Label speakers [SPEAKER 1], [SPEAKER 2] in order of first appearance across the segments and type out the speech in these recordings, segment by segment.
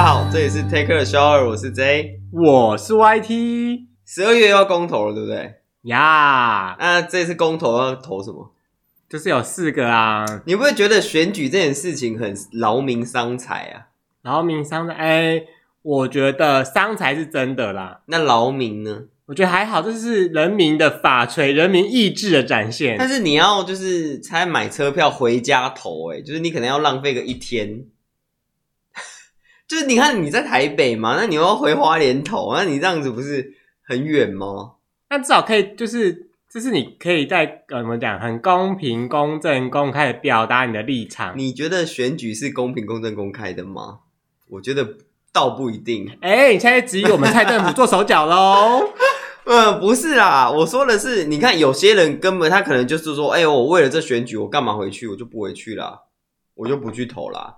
[SPEAKER 1] Take a Shower，我是 J。
[SPEAKER 2] 我是 YT
[SPEAKER 1] 十二月要公投了，对不对？
[SPEAKER 2] 呀，
[SPEAKER 1] 那这次公投要投什么？
[SPEAKER 2] 就是有四个啊，
[SPEAKER 1] 你不会觉得选举这件事情很劳民伤财啊？
[SPEAKER 2] 然后民商的，哎、我觉得伤财是真的啦，
[SPEAKER 1] 那劳民呢？
[SPEAKER 2] 我觉得还好，这是人民的法锤，人民意志的展现
[SPEAKER 1] 但。是你要就是才买车票回家投、欸，就是你可能要浪费个一天。 就是你看你在台北嘛，那你又要回花莲投，那你这样子不是很远吗？
[SPEAKER 2] 但至少可以，就是这是你可以在呃怎么讲，很公平、公正、公开的表达你的立场。
[SPEAKER 1] 你觉得选举是公平、公正、公开的吗？我觉得倒不一定。
[SPEAKER 2] 哎、你现在质疑我们蔡政府做手脚喽？
[SPEAKER 1] 嗯，不是啦，我说的是，你看有些人根本他可能就是说，哎、呦，我为了这选举，我干嘛回去？我就不回去啦，我就不去投啦。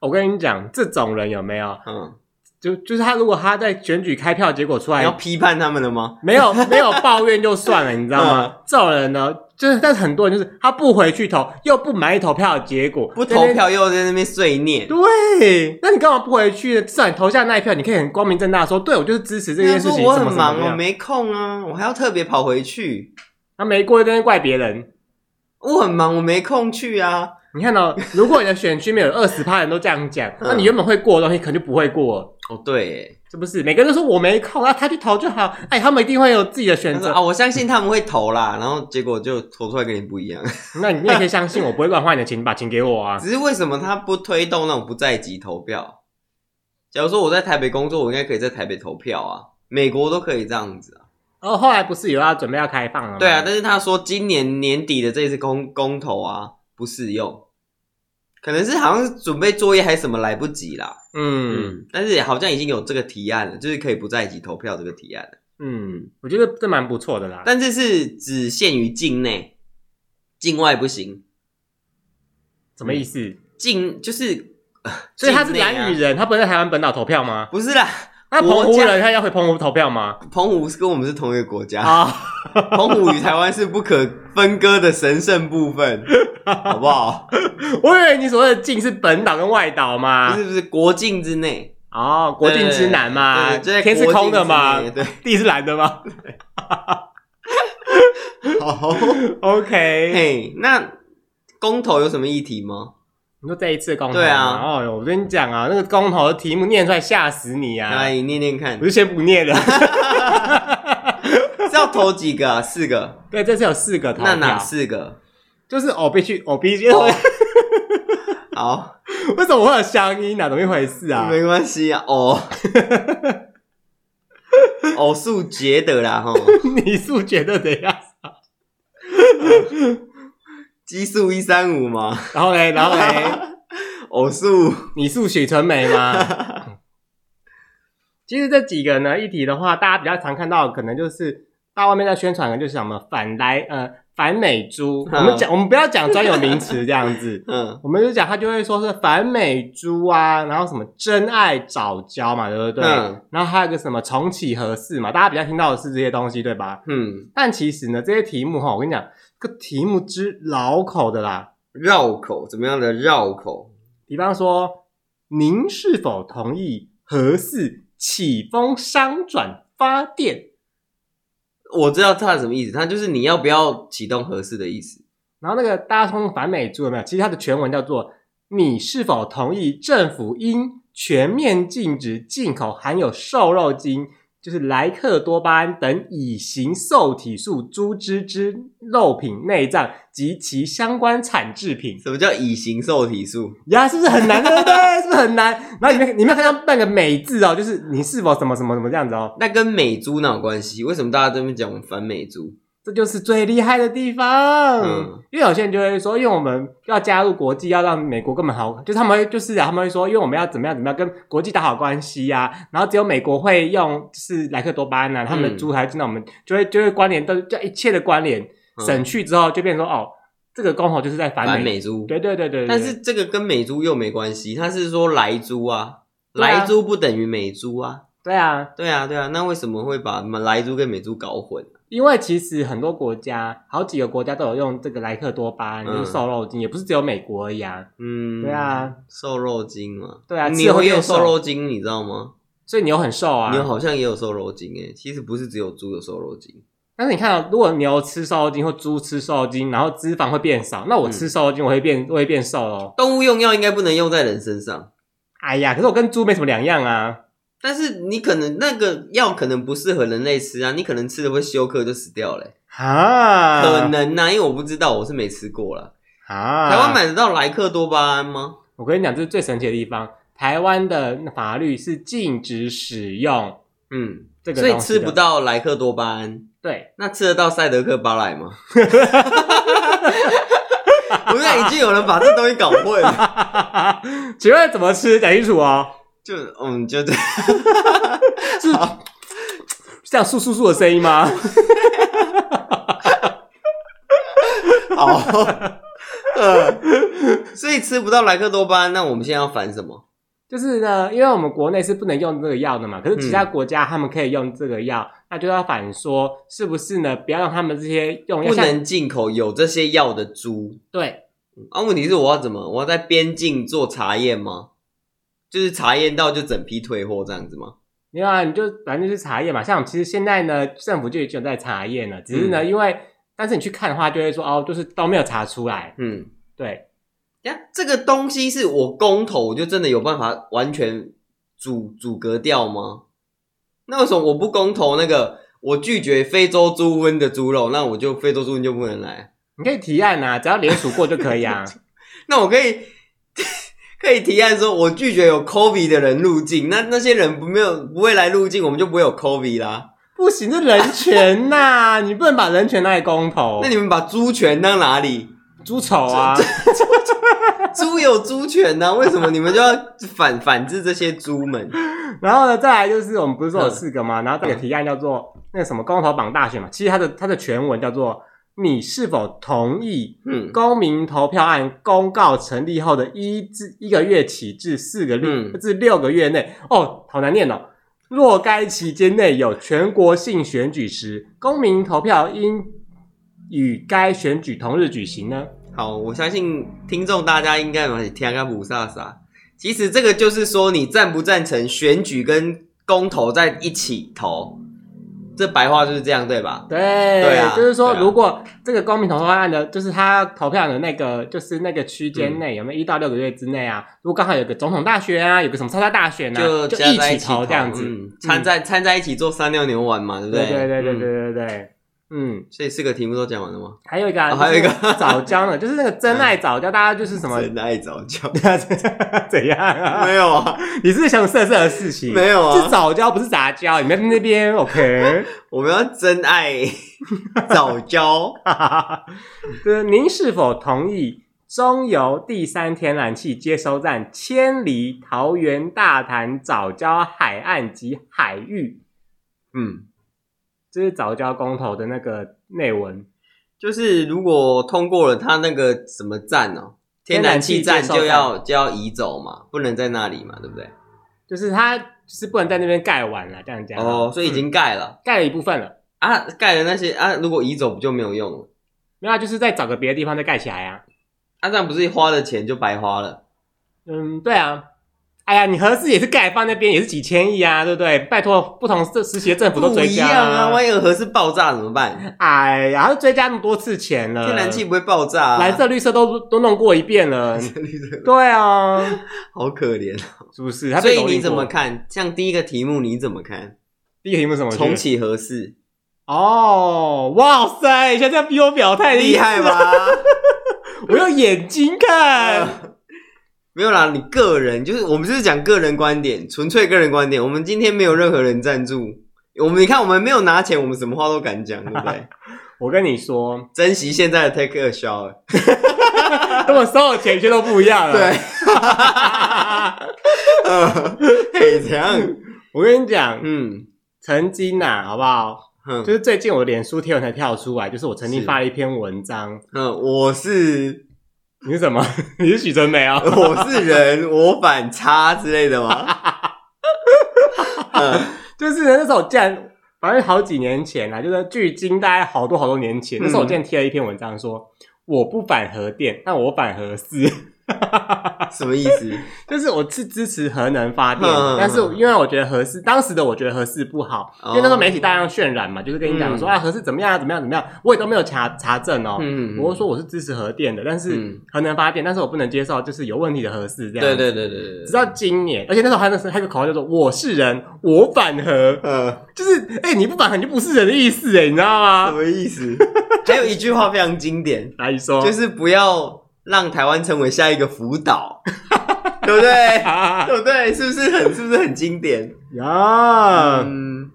[SPEAKER 2] 我跟你讲，这种人有没有？
[SPEAKER 1] 嗯，
[SPEAKER 2] 就就是他，如果他在选举开票结果出
[SPEAKER 1] 你
[SPEAKER 2] 来
[SPEAKER 1] 要批判他们了吗？
[SPEAKER 2] 没有没有抱怨就算了，你知道吗？
[SPEAKER 1] 嗯
[SPEAKER 2] 这种人呢，就是但是很多人就是他不回去投，又不满意投票的结果，
[SPEAKER 1] 不投
[SPEAKER 2] 在那边。
[SPEAKER 1] 票又在那边碎念。
[SPEAKER 2] 对，那你干嘛不回去呢？至少你投下那一票，你可以很光明正大地说，对我就是支持这件事
[SPEAKER 1] 他
[SPEAKER 2] 情。
[SPEAKER 1] 说我
[SPEAKER 2] 什么
[SPEAKER 1] 很
[SPEAKER 2] 什么
[SPEAKER 1] 忙，
[SPEAKER 2] 什么
[SPEAKER 1] 我
[SPEAKER 2] 样
[SPEAKER 1] 没空啊，我还要特别跑回去。
[SPEAKER 2] 他没过一边怪别人。
[SPEAKER 1] 我很忙，我没空去啊。
[SPEAKER 2] 你看到、如果你的选区没有二十趴人都这样讲，
[SPEAKER 1] 嗯
[SPEAKER 2] 那你原本会过的东西可能就不会过了，
[SPEAKER 1] 哦，对耶，
[SPEAKER 2] 是不是？每个人都说我没空，那他去投就好。哎，他们一定会有自己的选
[SPEAKER 1] 他说
[SPEAKER 2] 择。
[SPEAKER 1] 啊，我相信他们会投啦，然后结果就投出来跟你不一样。
[SPEAKER 2] 那你你也可以相信我，不会乱花你的钱， 你把钱给我啊。
[SPEAKER 1] 只是为什么他不推动那种不在籍投票？假如说我在台北工作，我应该可以在台北投票啊，美国都可以这样子啊。
[SPEAKER 2] 然后哦后来不是有要准备要开放了吗？
[SPEAKER 1] 对啊，但是他说今年年底的这次公公投啊不适用，可能是好像是准备作业还是什么来不及啦。
[SPEAKER 2] 嗯。
[SPEAKER 1] 嗯，但是好像已经有这个提案了，就是可以不在籍投票这个提案了，
[SPEAKER 2] 嗯，我觉得这蛮不错的啦。
[SPEAKER 1] 但这是只限于境内，境外不行。
[SPEAKER 2] 什么意思？
[SPEAKER 1] 境就是， 呃
[SPEAKER 2] 所以他是
[SPEAKER 1] 嗯境内啊
[SPEAKER 2] 蓝屿人，他不能在台湾本岛投票吗？
[SPEAKER 1] 不是啦，
[SPEAKER 2] 那澎
[SPEAKER 1] 国
[SPEAKER 2] 湖
[SPEAKER 1] 家
[SPEAKER 2] 人，他要回澎湖投票吗？
[SPEAKER 1] 澎湖是跟我们是同一个国家，
[SPEAKER 2] 啊，
[SPEAKER 1] 澎湖与台湾是不可分割的神圣部分，好不好？
[SPEAKER 2] 我以为你所谓的境是本岛跟外岛
[SPEAKER 1] 不
[SPEAKER 2] 嘛
[SPEAKER 1] 是。不是国境之内，
[SPEAKER 2] 哦，啊国境之南嘛，
[SPEAKER 1] 对就在
[SPEAKER 2] 天是
[SPEAKER 1] 国境
[SPEAKER 2] 空的嘛
[SPEAKER 1] 之，内对，
[SPEAKER 2] 地是蓝 的嘛。
[SPEAKER 1] 好，
[SPEAKER 2] OK，
[SPEAKER 1] 嘿，那公投有什么议题吗？
[SPEAKER 2] 你说这一次的公投，
[SPEAKER 1] 对啊
[SPEAKER 2] 哦哟，我跟你讲啊，那个公投的题目念出来吓死你啊！
[SPEAKER 1] 来你念念看
[SPEAKER 2] 我，就先 不念了。
[SPEAKER 1] 是要投几个啊？四个？
[SPEAKER 2] 对，这次有四个投
[SPEAKER 1] 那哪
[SPEAKER 2] 票，
[SPEAKER 1] 四哦个？
[SPEAKER 2] 就是我必须，我必须，为
[SPEAKER 1] 好，
[SPEAKER 2] 什么会有乡音啊？怎么一回事啊？
[SPEAKER 1] 没关系啊， 哦，偶数结的啦，哈，
[SPEAKER 2] 你数觉得怎样？
[SPEAKER 1] 奇数一三五嘛，
[SPEAKER 2] 然后嘞，然后嘞，
[SPEAKER 1] 偶数，
[SPEAKER 2] 你是许纯美吗？其实这几个呢，议题的话，大家比较常看到，可能就是到外面在宣传的，就是什么反来呃反美猪。
[SPEAKER 1] 嗯，
[SPEAKER 2] 我们讲，我们不要讲专有名词这样子
[SPEAKER 1] 嗯
[SPEAKER 2] 我们就讲他就会说是反美猪啊，然后什么真爱早教嘛，对不对？
[SPEAKER 1] 嗯
[SPEAKER 2] 然后还有个什么重启合适嘛，大家比较听到的是这些东西，对吧？
[SPEAKER 1] 嗯，
[SPEAKER 2] 但其实呢，这些题目哈，我跟你讲，这个题目之老口的啦，
[SPEAKER 1] 绕口怎么样的绕口？
[SPEAKER 2] 比方说，您是否同意核四启风商转发电？
[SPEAKER 1] 我知道它什么意思，它就是你要不要启动合适的意思。
[SPEAKER 2] 然后那个大家通反美猪有没有？其实它的全文叫做：你是否同意政府应全面禁止进口含有瘦肉精，就是莱克多巴胺等乙型受体素猪脂之肉品内脏及其相关产制品？
[SPEAKER 1] 什么叫乙型受体素？
[SPEAKER 2] 呀，是不是很难？对不对？是不是很难？然后你们你们看到半个美字哦，就是你是否什么什么什么这样子哦？
[SPEAKER 1] 那跟美猪哪有关系？为什么大家这边讲反美猪？
[SPEAKER 2] 这就是最厉害的地方。
[SPEAKER 1] 嗯
[SPEAKER 2] 因为有些人就会说，因为我们要加入国际，要让美国根本好，就是他们会就是啊，他们会说，因为我们要怎么样怎么样跟国际打好关系呀、然后只有美国会用就是莱克多巴胺啊，他
[SPEAKER 1] 嗯
[SPEAKER 2] 们的猪才进到我们，就会就会关联到就一切的关联
[SPEAKER 1] 嗯
[SPEAKER 2] 省去之后，就变成说哦，这个公投就是在反美。
[SPEAKER 1] 反美猪？
[SPEAKER 2] 对对对对对
[SPEAKER 1] 但是这个跟美猪又没关系，它是说莱猪啊，
[SPEAKER 2] 对啊
[SPEAKER 1] 莱猪不等于美猪啊。
[SPEAKER 2] 对啊，
[SPEAKER 1] 对啊，对啊，那为什么会把莱猪跟美猪搞混？啊
[SPEAKER 2] 因为其实很多国家，好几个国家都有用这个莱克多巴胺，
[SPEAKER 1] 嗯
[SPEAKER 2] 就是瘦肉精，也不是只有美国而已啊。
[SPEAKER 1] 嗯，
[SPEAKER 2] 对啊，
[SPEAKER 1] 瘦肉精嘛，
[SPEAKER 2] 对啊吃了
[SPEAKER 1] 牛
[SPEAKER 2] 会
[SPEAKER 1] 也有
[SPEAKER 2] 变瘦
[SPEAKER 1] 瘦肉精，你知道吗？
[SPEAKER 2] 所以牛很瘦啊。
[SPEAKER 1] 牛好像也有瘦肉精诶，其实不是只有猪有瘦肉精，
[SPEAKER 2] 但是你看、啊，如果牛吃瘦肉精或猪吃瘦肉精，然后脂肪会变少，那我
[SPEAKER 1] 嗯
[SPEAKER 2] 吃瘦肉精我会变、我会变瘦哦。
[SPEAKER 1] 动物用药应该不能用在人身上。
[SPEAKER 2] 哎呀，可是我跟猪没什么两样啊。
[SPEAKER 1] 但是你可能那个药可能不适合人类吃啊，你可能吃了会休克就死掉嘞、
[SPEAKER 2] 啊，
[SPEAKER 1] 可能呐、啊，因为我不知道，我是没吃过啦。
[SPEAKER 2] 啊，
[SPEAKER 1] 台湾买得到莱克多巴胺吗？
[SPEAKER 2] 我跟你讲，这是最神奇的地方。台湾的法律是禁止使用
[SPEAKER 1] 嗯，
[SPEAKER 2] 这个
[SPEAKER 1] 所
[SPEAKER 2] 东西
[SPEAKER 1] 以
[SPEAKER 2] 的，
[SPEAKER 1] 吃不到莱克多巴胺，
[SPEAKER 2] 对，
[SPEAKER 1] 那吃得到赛德克巴莱吗？我跟你讲已经有人把这东西搞混了，
[SPEAKER 2] 请问怎么吃？讲清楚哦，
[SPEAKER 1] 就嗯，就这样。
[SPEAKER 2] 是这样簌簌簌的声音吗？哦
[SPEAKER 1] 好， 呃，所以吃不到莱克多巴胺，那我们现在要反什么？
[SPEAKER 2] 就是呢，因为我们国内是不能用这个药的嘛，可是其他
[SPEAKER 1] 嗯
[SPEAKER 2] 国家他们可以用这个药，那就要反说是不是呢？不要让他们这些用药
[SPEAKER 1] 不
[SPEAKER 2] 像
[SPEAKER 1] 能进口有这些药的猪
[SPEAKER 2] 对
[SPEAKER 1] 啊。问题是我要怎么？我要在边境做查验吗？就是查验到就整批退货这样子吗？
[SPEAKER 2] 没有啊，你就反正就是查验嘛。像我们其实现在呢，政府就已经有在查验了，只是
[SPEAKER 1] 嗯
[SPEAKER 2] 呢，因为但是你去看的话，就会说哦，就是都没有查出来。
[SPEAKER 1] 嗯，
[SPEAKER 2] 对，
[SPEAKER 1] 呀，这个东西是我公投，我就真的有办法完全阻阻隔掉吗？那为什么我不公投那个？我拒绝非洲猪瘟的猪肉，那我就非洲猪瘟就不能来。
[SPEAKER 2] 你可以提案啊，只要联署过就可以 啊。
[SPEAKER 1] 那我可以 可以提案说，我拒绝有 COVID 的人入境，那那些人不没有不会来入境，我们就不会有 COVID 啦。
[SPEAKER 2] 不行，这人权呐、你不能把人权拿来公投。
[SPEAKER 1] 那你们把猪权当哪里？
[SPEAKER 2] 猪丑啊，
[SPEAKER 1] 猪有猪权呐、为什么你们就要反反制这些猪们？
[SPEAKER 2] 然后呢，再来就是我们不是说有四个吗？然后这个提案叫做那个什么公投榜大选嘛，其实它的它的全文叫做你是否同意
[SPEAKER 1] 嗯
[SPEAKER 2] 公民投票案公告成立后的一至一个月起至四个月、
[SPEAKER 1] 嗯
[SPEAKER 2] 至六个月内哦，好难念哦。若该期间内有全国性选举时，公民投票应与该选举同日举行呢？
[SPEAKER 1] 好，我相信听众大家应该蛮听个不飒飒。其实这个就是说，你赞不赞成选举跟公投在一起投，这白话就是这样，对吧？
[SPEAKER 2] 对，
[SPEAKER 1] 对啊
[SPEAKER 2] 就是说，
[SPEAKER 1] 对啊
[SPEAKER 2] 如果这个公民投票案的，就是他投票的那个，就是那个区
[SPEAKER 1] 嗯
[SPEAKER 2] 间内、有没有一到六个月之内啊？如果刚好有个总统大选啊，有个什么超大大选啊，就
[SPEAKER 1] 就加
[SPEAKER 2] 一
[SPEAKER 1] 在
[SPEAKER 2] 起
[SPEAKER 1] 一起投
[SPEAKER 2] 投这样子。
[SPEAKER 1] 嗯掺在掺在一起做三六牛丸嘛，对不
[SPEAKER 2] 对
[SPEAKER 1] 对
[SPEAKER 2] 对对对
[SPEAKER 1] 嗯
[SPEAKER 2] 对对对，嗯，
[SPEAKER 1] 所以四个题目都讲完了吗？
[SPEAKER 2] 还有一个、啊
[SPEAKER 1] 哦还有一个
[SPEAKER 2] 就是早 教呢，就是那个真爱早教，大家就是什么？
[SPEAKER 1] 真爱早教
[SPEAKER 2] 怎样啊？
[SPEAKER 1] 没有啊，
[SPEAKER 2] 你是不是想色色的事情？
[SPEAKER 1] 没有
[SPEAKER 2] 是
[SPEAKER 1] 啊，
[SPEAKER 2] 早教，不是杂交。你们在那边 OK？
[SPEAKER 1] 我们要真爱早教。
[SPEAKER 2] 哈哈哈， 就是您是否同意中油第三天然气接收站迁离桃园大潭早礁海岸及海域？
[SPEAKER 1] 嗯，
[SPEAKER 2] 这是早礁公投的那个内文。
[SPEAKER 1] 就是如果通过了他那个什么站哦，天然气站就要就要移走嘛，不能在那里嘛，对不对？
[SPEAKER 2] 就是它就是不能在那边盖完了，这样讲嗯
[SPEAKER 1] 哦，所以已经盖了、
[SPEAKER 2] 盖了一部分了，
[SPEAKER 1] 啊，盖了那些啊，如果移走不就没有用了？
[SPEAKER 2] 没有啊，就是再找个别的地方再盖起来啊。
[SPEAKER 1] 啊，这样不是花的钱就白花了？
[SPEAKER 2] 嗯，对啊。哎呀，你合适也是盖放那边也是几千亿啊，对不对？拜托，不同时时期的政府都
[SPEAKER 1] 不
[SPEAKER 2] 追
[SPEAKER 1] 一
[SPEAKER 2] 加、
[SPEAKER 1] 样啊，万一有核试爆炸怎么办？
[SPEAKER 2] 哎呀，都追加那么多次钱了，
[SPEAKER 1] 天然气不会爆炸、啊，
[SPEAKER 2] 蓝色、绿色都都弄过一遍了。
[SPEAKER 1] 绿色，
[SPEAKER 2] 对啊，
[SPEAKER 1] 好可怜。
[SPEAKER 2] 是不是？他
[SPEAKER 1] 所
[SPEAKER 2] 被
[SPEAKER 1] 以
[SPEAKER 2] 蹂躏
[SPEAKER 1] 你
[SPEAKER 2] 过
[SPEAKER 1] 怎么？看？像第一个题目你怎么看？
[SPEAKER 2] 第一个题目是什么？
[SPEAKER 1] 重启合适，
[SPEAKER 2] 哦，哇塞！现在逼我表态，
[SPEAKER 1] 厉害？ 吧？
[SPEAKER 2] 我用眼睛看。
[SPEAKER 1] 嗯没有啦，你个人就是我们就是讲个人观点，纯粹个人观点。我们今天没有任何人赞助，我们你看我们没有拿钱，我们什么话都敢讲，对不 对？
[SPEAKER 2] 我跟你说，
[SPEAKER 1] 珍惜现在的 take a shower，
[SPEAKER 2] 跟我收的钱却都不一样了。
[SPEAKER 1] 对，呃 嘿，怎样？
[SPEAKER 2] 我跟你讲，
[SPEAKER 1] 嗯
[SPEAKER 2] 曾经呐、好不好？
[SPEAKER 1] 哼
[SPEAKER 2] 就是最近我脸书贴文才跳出来，就是我曾经
[SPEAKER 1] 是
[SPEAKER 2] 发了一篇文章。
[SPEAKER 1] 嗯，我是
[SPEAKER 2] 你是什么？ 你是许纯美啊？
[SPEAKER 1] 我是人， 我反差之类的吗？嗯
[SPEAKER 2] 就是那时候我竟然，反正好几年前啊，就是距今大概好多好多年前，
[SPEAKER 1] 嗯
[SPEAKER 2] 那时候我竟然贴了一篇文章说，我不反核电，但我反核四。
[SPEAKER 1] 什么意思？
[SPEAKER 2] 就是我是支持核能发电，
[SPEAKER 1] 嗯
[SPEAKER 2] 但是我因为我觉得核四当时的我觉得核四不好，
[SPEAKER 1] 哦
[SPEAKER 2] 因为那时候媒体大量渲染嘛，就是跟你讲说、
[SPEAKER 1] 嗯
[SPEAKER 2] 啊核四怎么样怎么样怎么样，我也都没有查查证哦。
[SPEAKER 1] 嗯，
[SPEAKER 2] 我是说我是支持核电的，但是
[SPEAKER 1] 嗯
[SPEAKER 2] 核能发电，但是我不能接受就是有问题的核四这样。
[SPEAKER 1] 对对对对对，
[SPEAKER 2] 直到今年，而且那时候还有那时候还有个口号叫做“我是人，我反 核
[SPEAKER 1] 呃”，，
[SPEAKER 2] 就是哎、你不反核你就不是人的意思哎，你知道
[SPEAKER 1] 什
[SPEAKER 2] 吗？
[SPEAKER 1] 么意 思？还有一句话非常经典，
[SPEAKER 2] 来，你说，
[SPEAKER 1] 就是不要让台湾成为下一个福 岛，对不对？
[SPEAKER 2] 啊
[SPEAKER 1] 对不对？是不是很是不是很经典？
[SPEAKER 2] 呀，
[SPEAKER 1] 嗯，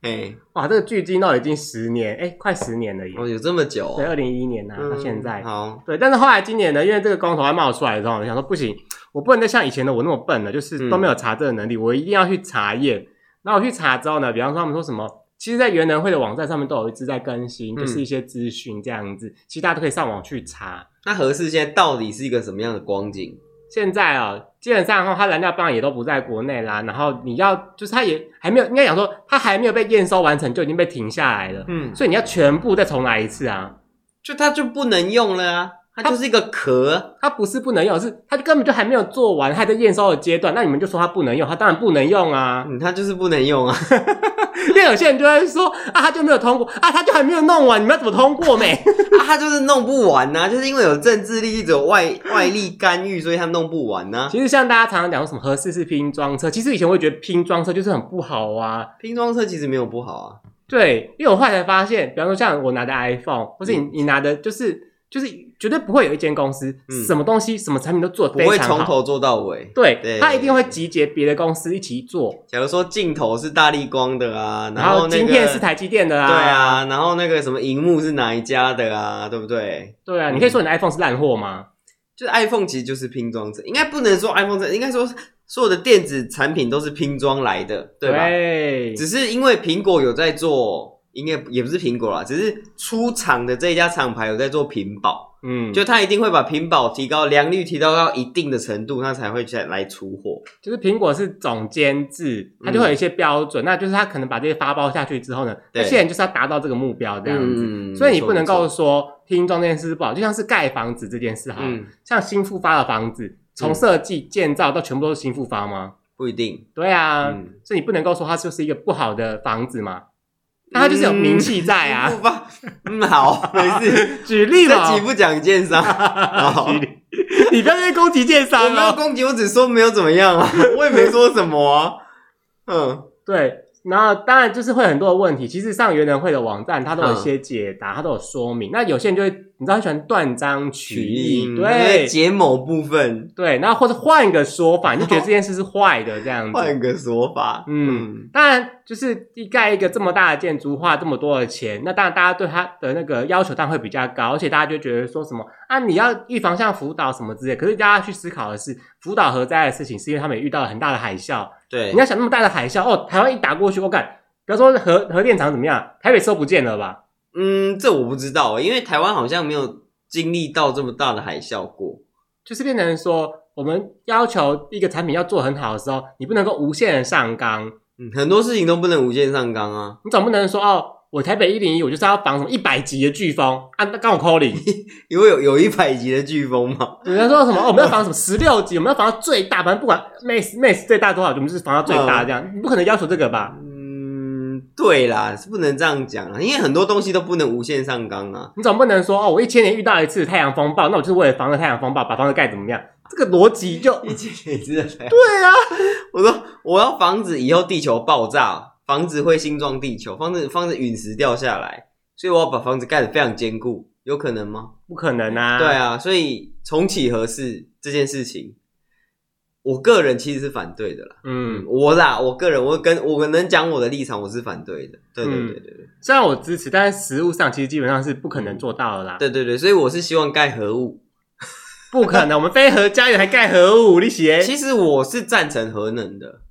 [SPEAKER 1] 哎，
[SPEAKER 2] 哇，这个距今到已经十年，哎，快十年了耶，
[SPEAKER 1] 哦，有这么久哦
[SPEAKER 2] 对，，二零一一年呐、啊到
[SPEAKER 1] 嗯
[SPEAKER 2] 现在，
[SPEAKER 1] 好，
[SPEAKER 2] 对，但是后来今年呢，因为这个光头还冒出来之后，我想说不行，我不能再像以前的我那么笨了，就是
[SPEAKER 1] 嗯
[SPEAKER 2] 都没有查证的能力，我一定要去查验。那我去查之后呢，比方说他们说什么，其实，在原能会的网站上面都有一直在更新，
[SPEAKER 1] 嗯
[SPEAKER 2] 就是一些资讯这样子，其实大家都可以上网去查。
[SPEAKER 1] 那合适现在到底是一个什么样的光景？
[SPEAKER 2] 现在啊、基本上的话，它燃料棒也都不在国内啦，然后你要就是它也还没有，应该讲说它还没有被验收完成就已经被停下来了，
[SPEAKER 1] 嗯，
[SPEAKER 2] 所以你要全部再重来一次啊。
[SPEAKER 1] 就它就不能用了啊，它就是一个壳，
[SPEAKER 2] 它不是不能用，是它根本就还没有做完，还在验收的阶段。那你们就说它不能用，它当然不能用 啊。
[SPEAKER 1] 嗯，它就是不能 用啊。
[SPEAKER 2] 因为有些人就会说啊，它就没有通过啊，它就还没有弄完，你们要怎么通 过没？
[SPEAKER 1] 啊，他就是弄不完呐、就是因为有政治力，一直有外外力干预，所以他弄不完啊呐、
[SPEAKER 2] 其实像大家常常讲说什么合适是拼装车，其实以前我也觉得拼装车就是很不好啊。
[SPEAKER 1] 拼装车其实没有不好啊，
[SPEAKER 2] 对，因为我后来才发现，比方说像我拿的 iPhone，或是你你拿的就是就是绝对不会有一间公司、
[SPEAKER 1] 嗯
[SPEAKER 2] 什么东西什么产品都做得
[SPEAKER 1] 不
[SPEAKER 2] 非
[SPEAKER 1] 会
[SPEAKER 2] 常
[SPEAKER 1] 从
[SPEAKER 2] 好。
[SPEAKER 1] 头做到尾。
[SPEAKER 2] 对，
[SPEAKER 1] 对
[SPEAKER 2] 它一定会集结别的公司一起做，
[SPEAKER 1] 假如说镜头是大力光的啊，
[SPEAKER 2] 然
[SPEAKER 1] 后
[SPEAKER 2] 后
[SPEAKER 1] 那个
[SPEAKER 2] 晶片是台积电的啊，
[SPEAKER 1] 对，啊，然后那个什么荧幕是哪一家的啊，对不对？
[SPEAKER 2] 对啊，你可以说你的 iPhone 是烂货吗？
[SPEAKER 1] 就是 iPhone 其实就是拼装车，应该不能说 iPhone 车，应该说所有的电子产品都是拼装来的，对吧？
[SPEAKER 2] 对
[SPEAKER 1] 只是因为苹果有在做，应该也不是苹果啦，只是出厂的这一家厂牌有在做屏保。
[SPEAKER 2] 嗯，就
[SPEAKER 1] 就他一定会把屏保提高，良率提高到一定的程度，他才会再来出货。
[SPEAKER 2] 就是苹果是总监制，
[SPEAKER 1] 嗯
[SPEAKER 2] 它就会有一些标准，那就是它可能把这些发包下去之后呢，那
[SPEAKER 1] 对
[SPEAKER 2] 些人就是要达到这个目标这样子，
[SPEAKER 1] 嗯
[SPEAKER 2] 所以你不能够
[SPEAKER 1] 没错
[SPEAKER 2] 说拼装这件事是不好，就像是盖房子这件事哈，
[SPEAKER 1] 嗯，
[SPEAKER 2] 像新复发的房子，从设计、建造到全部都是新复发吗？
[SPEAKER 1] 不一定。
[SPEAKER 2] 对啊，
[SPEAKER 1] 嗯
[SPEAKER 2] 所以你不能够说它就是一个不好的房子嘛，那它就是有名气在啊。
[SPEAKER 1] 不吧，嗯，好，没事。
[SPEAKER 2] 举例嘛，
[SPEAKER 1] 这集不讲奸商， 好
[SPEAKER 2] 举例，你不要在那边攻击建
[SPEAKER 1] 我
[SPEAKER 2] 商
[SPEAKER 1] 没有
[SPEAKER 2] 哦。
[SPEAKER 1] 攻击，我只说没有怎么样 啊，我也没说什么啊。嗯，
[SPEAKER 2] 对，然后当然就是会很多的问题。其实上原能会的网站，它都有
[SPEAKER 1] 嗯
[SPEAKER 2] 一些解答，它都有说明。那有些人就会，你知道，很喜欢断章取义，
[SPEAKER 1] 嗯
[SPEAKER 2] 对
[SPEAKER 1] 解某部分，
[SPEAKER 2] 对，然后或者换个说法，你就觉得
[SPEAKER 1] 哦
[SPEAKER 2] 这件事是坏的这样
[SPEAKER 1] 换
[SPEAKER 2] 子。
[SPEAKER 1] 个说法。
[SPEAKER 2] 嗯，当然就是一盖一个这么大的建筑，花这么多的钱，那当然大家对它的那个要求当然会比较高，而且大家就觉得说什么啊，你要预防像福岛什么之类。可是大家去思考的是，福岛核灾的事情，是因为他们也遇到了很大的海啸，
[SPEAKER 1] 对，
[SPEAKER 2] 你要想那么大的海啸哦，台湾一打过去，我感，比方说核核电厂怎么样，台北市都不见了吧？
[SPEAKER 1] 嗯，这我不知道，因为台湾好像没有经历到这么大的海啸过。
[SPEAKER 2] 就是变成说，我们要求一个产品要做很好的时候，你不能够无限的上纲，
[SPEAKER 1] 嗯，很多事情都不能无限上纲啊。
[SPEAKER 2] 你总不能说哦，我台北一零一，我就是要防什么一百级的飓风啊，那刚我 calling，
[SPEAKER 1] 因为有有一百级的飓风嘛，
[SPEAKER 2] 有人说什么、哦、我们要防什么十六级，我们要防到最大，反正不管 max max 最大多少，我们就是防到最大这样，你不可能要求这个吧？
[SPEAKER 1] 嗯，对啦，是不能这样讲啊，因为很多东西都不能无限上纲啊。
[SPEAKER 2] 你总不能说哦，我一千年遇到一次太阳风暴，那我就是为了防着太阳风暴，把房子盖怎么样？这个逻辑就
[SPEAKER 1] 一千年真 的太，
[SPEAKER 2] 对啊，
[SPEAKER 1] 我说我要防止以后地球爆炸，防止彗星撞地球，防止防止陨石掉下来，所以我要把房子盖得非常坚固，有可能吗？
[SPEAKER 2] 不可能啊，
[SPEAKER 1] 对啊，所以重启核试这件事情，我个人其实是反对的啦。
[SPEAKER 2] 嗯
[SPEAKER 1] 嗯，，我啦，我个人我跟我能讲我的立场，我是反对的。对对
[SPEAKER 2] 嗯
[SPEAKER 1] 对对对。
[SPEAKER 2] 虽然我支持，但是实物上其实基本上是不可能做到的啦，
[SPEAKER 1] 对对对，所以我是希望盖核武。
[SPEAKER 2] 不可能。我们非核家园还盖核武，你写
[SPEAKER 1] 其实我是赞成核能的，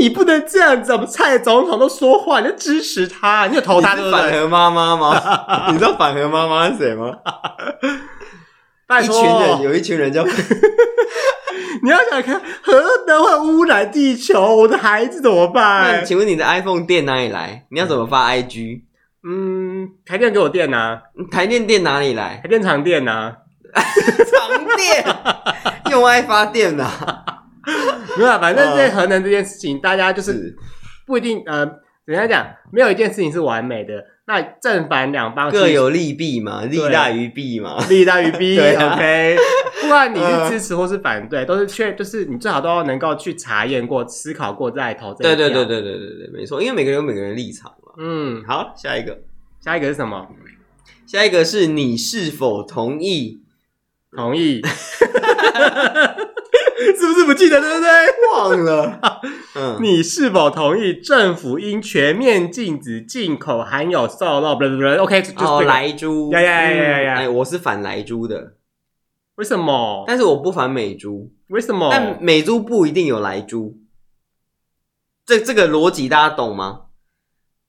[SPEAKER 2] 你不能这样子。我们蔡总统都说话，你就支持他，你就投他，
[SPEAKER 1] 你
[SPEAKER 2] 啊对
[SPEAKER 1] 是
[SPEAKER 2] 不
[SPEAKER 1] 反
[SPEAKER 2] 对？
[SPEAKER 1] 核妈妈吗？你 知道反核妈妈是谁吗？
[SPEAKER 2] 拜
[SPEAKER 1] 一
[SPEAKER 2] 托
[SPEAKER 1] 群人，有一群人叫
[SPEAKER 2] 你要想看核能会污染地球，我的孩子怎么
[SPEAKER 1] 那
[SPEAKER 2] 办？
[SPEAKER 1] 请问你的 iPhone 电哪里来？你要怎么发
[SPEAKER 2] 哎
[SPEAKER 1] IG？
[SPEAKER 2] 嗯，台电给我电呐、
[SPEAKER 1] 台电电哪里来？
[SPEAKER 2] 台电厂电呐、啊
[SPEAKER 1] 长电 用爱发电啊呐、
[SPEAKER 2] 没有啊，反正在核能这件事情，大家就是
[SPEAKER 1] 是
[SPEAKER 2] 不一定呃，怎样讲，没有一件事情是完美的。那正反两方
[SPEAKER 1] 各
[SPEAKER 2] 啊其实
[SPEAKER 1] 有利弊嘛，利大于弊嘛。
[SPEAKER 2] 利大于弊
[SPEAKER 1] 对啊嗯
[SPEAKER 2] ，OK。不管你是支持或是反对，都是确，就是你最好都要能够去查验过、思考过再投这一
[SPEAKER 1] 对对
[SPEAKER 2] 票。
[SPEAKER 1] 对，对对对对，没错，因为每个人有每个人的立场嘛。
[SPEAKER 2] 嗯。
[SPEAKER 1] 好，下一个，
[SPEAKER 2] 下一个是什么？
[SPEAKER 1] 下一个是你是否同意？
[SPEAKER 2] 同意，是不是不记得？对不对？
[SPEAKER 1] 忘 了，嗯，
[SPEAKER 2] 你是否同意政府应全面禁止进口含有瘦肉？不不不，OK，就是这
[SPEAKER 1] 哦，
[SPEAKER 2] 个。
[SPEAKER 1] 莱猪，
[SPEAKER 2] 呀呀呀呀呀
[SPEAKER 1] 嗯哎，我是反莱猪的，
[SPEAKER 2] 为什么？
[SPEAKER 1] 但是我不反美猪，
[SPEAKER 2] 为什么？
[SPEAKER 1] 但美猪不一定有莱猪。这这个逻辑大家懂吗？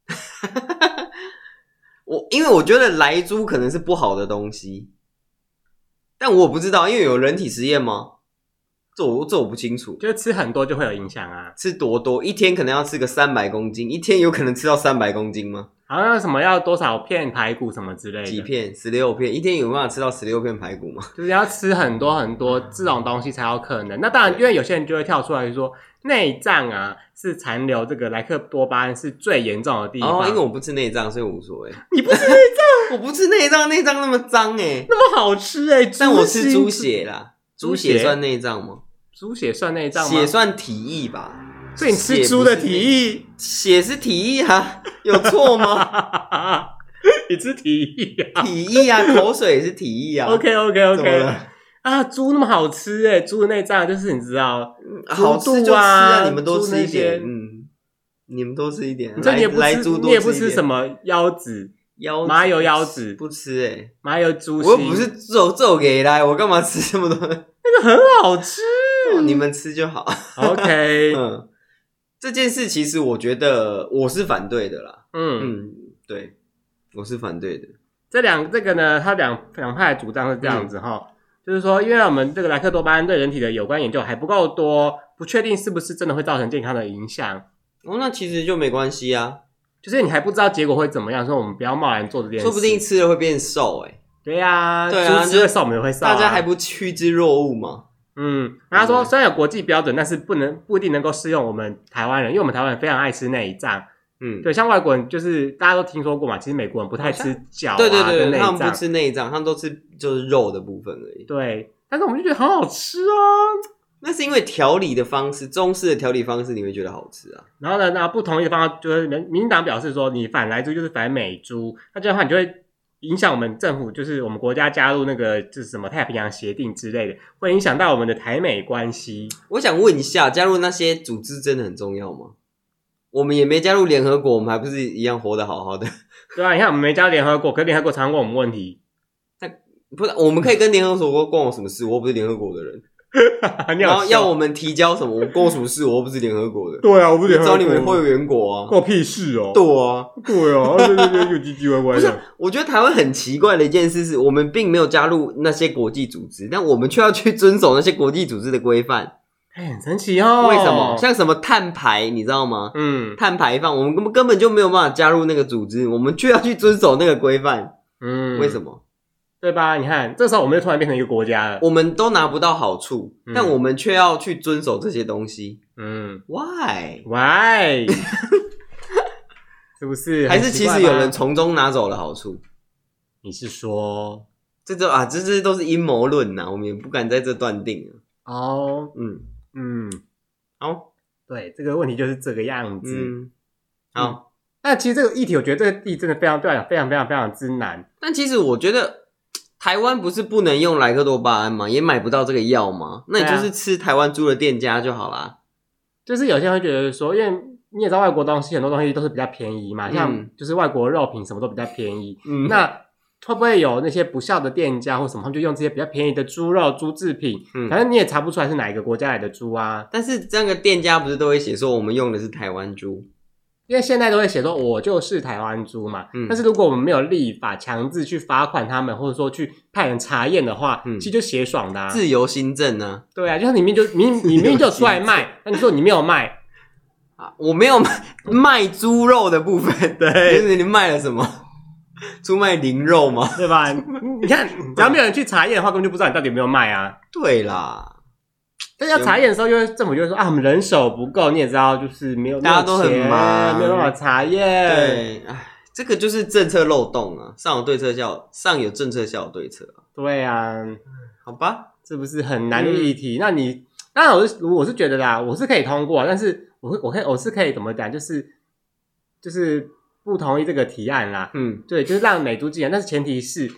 [SPEAKER 1] 我因为我觉得莱猪可能是不好的东西，但我不知道，因为有人体实验吗？这我这我不清楚。
[SPEAKER 2] 就是吃很多就会有影响啊。
[SPEAKER 1] 吃多多，一天可能要吃个三百公斤，一天有可能吃到三百公斤吗？
[SPEAKER 2] 好像什么要多少片排骨什么之类
[SPEAKER 1] 几
[SPEAKER 2] 的，
[SPEAKER 1] 片？十六片，一天有办法吃到十六片排骨吗？
[SPEAKER 2] 就是要吃很多很多这种东西才有可能。那当然，因为有些人就会跳出来说，内脏啊是残留这个莱克多巴胺是最严重的地方。
[SPEAKER 1] 哦，因为我不吃内脏，所以无所谓。
[SPEAKER 2] 你不是
[SPEAKER 1] 我不吃内脏，内脏那么脏哎、
[SPEAKER 2] 那么好吃哎、
[SPEAKER 1] 但我吃
[SPEAKER 2] 心
[SPEAKER 1] 猪，血啦，
[SPEAKER 2] 猪
[SPEAKER 1] 猪
[SPEAKER 2] 血
[SPEAKER 1] 血算内脏吗？
[SPEAKER 2] 猪血算内脏吗
[SPEAKER 1] 血？算体液吧，
[SPEAKER 2] 所以你吃猪的体液，
[SPEAKER 1] 血是体液啊， 有错吗？
[SPEAKER 2] 你吃体液、啊。
[SPEAKER 1] 体液啊，口水也是体液啊。
[SPEAKER 2] OK OK
[SPEAKER 1] 怎么
[SPEAKER 2] OK
[SPEAKER 1] 了？
[SPEAKER 2] 啊，猪那么好吃哎、猪的内脏就是你知道，
[SPEAKER 1] 好吃就
[SPEAKER 2] 猪
[SPEAKER 1] 吃
[SPEAKER 2] 肚啊
[SPEAKER 1] 啊，你们多吃一点，
[SPEAKER 2] 猪那些
[SPEAKER 1] 嗯，你们多吃一点啊。
[SPEAKER 2] 你说你也不
[SPEAKER 1] 来
[SPEAKER 2] 吃，
[SPEAKER 1] 猪多
[SPEAKER 2] 你也不
[SPEAKER 1] 一
[SPEAKER 2] 吃
[SPEAKER 1] 点
[SPEAKER 2] 什么腰子、
[SPEAKER 1] 腰
[SPEAKER 2] 麻油腰子
[SPEAKER 1] 不吃哎、欸，
[SPEAKER 2] 麻油猪
[SPEAKER 1] 我又
[SPEAKER 2] 心
[SPEAKER 1] 不是揍揍给来，我干嘛吃这么多？
[SPEAKER 2] 很好吃。
[SPEAKER 1] 哦你们吃就好。
[SPEAKER 2] OK，
[SPEAKER 1] 嗯，这件事其实我觉得我是反对的啦。
[SPEAKER 2] 嗯，
[SPEAKER 1] 嗯，对，我是反对的。
[SPEAKER 2] 这两这个呢，它两两派的主张是这样子哈、
[SPEAKER 1] 嗯
[SPEAKER 2] 就是说，因为我们这个莱克多巴胺对人体的有关研究还不够多，不确定是不是真的会造成健康的影响，
[SPEAKER 1] 哦，那其实就没关系啊，
[SPEAKER 2] 就是你还不知道结果会怎么样，所以我们不要贸然做这件事。
[SPEAKER 1] 说不定吃了会变瘦哎、
[SPEAKER 2] 对呀、
[SPEAKER 1] 对啊
[SPEAKER 2] 猪吃会瘦，我们也会瘦、啊。
[SPEAKER 1] 大家还不趋之若鹜吗？
[SPEAKER 2] 嗯，然后他说虽然有国际标准，但是不能不一定能够适用我们台湾人，因为我们台湾人非常爱吃内脏。
[SPEAKER 1] 嗯，
[SPEAKER 2] 对，像外国人就是大家都听说过嘛，其实美国人不太吃脚啊
[SPEAKER 1] 对对对
[SPEAKER 2] 跟内
[SPEAKER 1] 对，他们
[SPEAKER 2] 脏
[SPEAKER 1] 不，吃内脏，他们都吃就是肉的部分而已。
[SPEAKER 2] 对，但是我们就觉得很好吃啊。
[SPEAKER 1] 那是因为调理的方式，中式的调理方式你会觉得好吃啊？
[SPEAKER 2] 然后呢，那不同意的方就是民民进党表示说，你反莱猪就是反美猪，那这样的话你就会影响我们政府，就是我们国家加入那个就是什么太平洋协定之类的，会影响到我们的台美关系。
[SPEAKER 1] 我想问一下，加入那些组织真的很重要吗？我们也没加入联合国，我们还不是一样活得好好的？
[SPEAKER 2] 对啊，你看我们没加联合国，可是联合国常问我们问题，
[SPEAKER 1] 不是，我们可以跟联合国关我什么事？我又不是联合国的 人。
[SPEAKER 2] 你
[SPEAKER 1] 然
[SPEAKER 2] 好
[SPEAKER 1] 后要
[SPEAKER 2] 笑
[SPEAKER 1] 我们提交什么？我关我什么事？我又不是联合国的。
[SPEAKER 2] 对啊，我不是联合
[SPEAKER 1] 找
[SPEAKER 2] 国
[SPEAKER 1] 你们会员国啊？
[SPEAKER 2] 关我屁事哦。
[SPEAKER 1] 对啊，
[SPEAKER 2] 对哦，对对对，又唧唧歪歪
[SPEAKER 1] 不是
[SPEAKER 2] 的。，
[SPEAKER 1] 我觉得台湾很奇怪的一件事是，我们并没有加入那些国际组织，但我们却要去遵守那些国际组织的规范。
[SPEAKER 2] 哎，很神奇 哦。
[SPEAKER 1] 为什么？像什么碳排，你知道吗？
[SPEAKER 2] 嗯
[SPEAKER 1] 碳排放，我们根本根本就没有办法加入那个组织，我们却要去遵守那个规范，
[SPEAKER 2] 嗯，
[SPEAKER 1] 为什
[SPEAKER 2] 么？
[SPEAKER 1] 么？
[SPEAKER 2] 对吧？你看，这时候我们就突然变成一个国家了。
[SPEAKER 1] 我们都拿不到好处，
[SPEAKER 2] 嗯
[SPEAKER 1] 但我们却要去遵守这些东西
[SPEAKER 2] 嗯
[SPEAKER 1] ，why？
[SPEAKER 2] ，Why？是不是？
[SPEAKER 1] 还
[SPEAKER 2] 很
[SPEAKER 1] 是
[SPEAKER 2] 奇
[SPEAKER 1] 其
[SPEAKER 2] 怪
[SPEAKER 1] 实有
[SPEAKER 2] 吧
[SPEAKER 1] 人？从中拿走了好处？
[SPEAKER 2] 你是说
[SPEAKER 1] 这都啊，这这都是阴谋论呐，我们也不敢在这断定啊。
[SPEAKER 2] 哦？
[SPEAKER 1] 嗯，
[SPEAKER 2] 嗯，
[SPEAKER 1] 好，
[SPEAKER 2] 对，这个问题就是这个样子。
[SPEAKER 1] 嗯，好。
[SPEAKER 2] 那其实这个议题，我觉得这个议真的非常对啊，非常非常非常之难。
[SPEAKER 1] 但其实我觉得，台湾不是不能用莱克多巴胺吗？也买不到这个药吗？那你
[SPEAKER 2] 对啊
[SPEAKER 1] 就是吃台湾猪的店家就好啦。
[SPEAKER 2] 就是有些人会觉得说，因为你也知道外国东西很多东西都是比较便宜嘛，像
[SPEAKER 1] 嗯
[SPEAKER 2] 就是外国肉品什么都比较便宜，
[SPEAKER 1] 嗯
[SPEAKER 2] 那会不会有那些不孝的店家或什么，他们就用这些比较便宜的猪肉、猪制品，
[SPEAKER 1] 嗯
[SPEAKER 2] 反正你也查不出来是哪一个国家来的猪啊？
[SPEAKER 1] 但是这样的店家不是都会写说我们用的是台湾猪？
[SPEAKER 2] 因为现在都会写说我就是台湾猪嘛，
[SPEAKER 1] 嗯
[SPEAKER 2] 但是如果我们没有立法强制去罚款他们，或者说去派人查验的话，
[SPEAKER 1] 嗯
[SPEAKER 2] 其实就写爽的、啊。
[SPEAKER 1] 自由新政呢、
[SPEAKER 2] 对啊，就是你明明就明你明明就有出来卖，那你说你没有卖，
[SPEAKER 1] 啊？我没有卖卖猪肉的部分，
[SPEAKER 2] 对
[SPEAKER 1] 就是你卖了什么？出卖灵肉吗？
[SPEAKER 2] 对吧？你看，只要没有人去查验的话，根本就不知道你到底有没有卖啊。
[SPEAKER 1] 对啦，
[SPEAKER 2] 但要查验的时候，就会政府就会说啊，我们人手不够，你也知道，就是没有
[SPEAKER 1] 大家都很
[SPEAKER 2] 没有钱
[SPEAKER 1] 忙
[SPEAKER 2] 没有办法查验。，
[SPEAKER 1] 对，哎，这个就是政策漏洞啊，上有对策，下有上有政策，下有对策啊，
[SPEAKER 2] 对啊，
[SPEAKER 1] 好吧？
[SPEAKER 2] 这不是很
[SPEAKER 1] 嗯
[SPEAKER 2] 难的议题？那你，那我是我是觉得啦，我是可以通过，但是我会我可以我是可以怎么讲，就是就是不同意这个提案啦。
[SPEAKER 1] 嗯，
[SPEAKER 2] 对，就是让美猪进来，但是前提是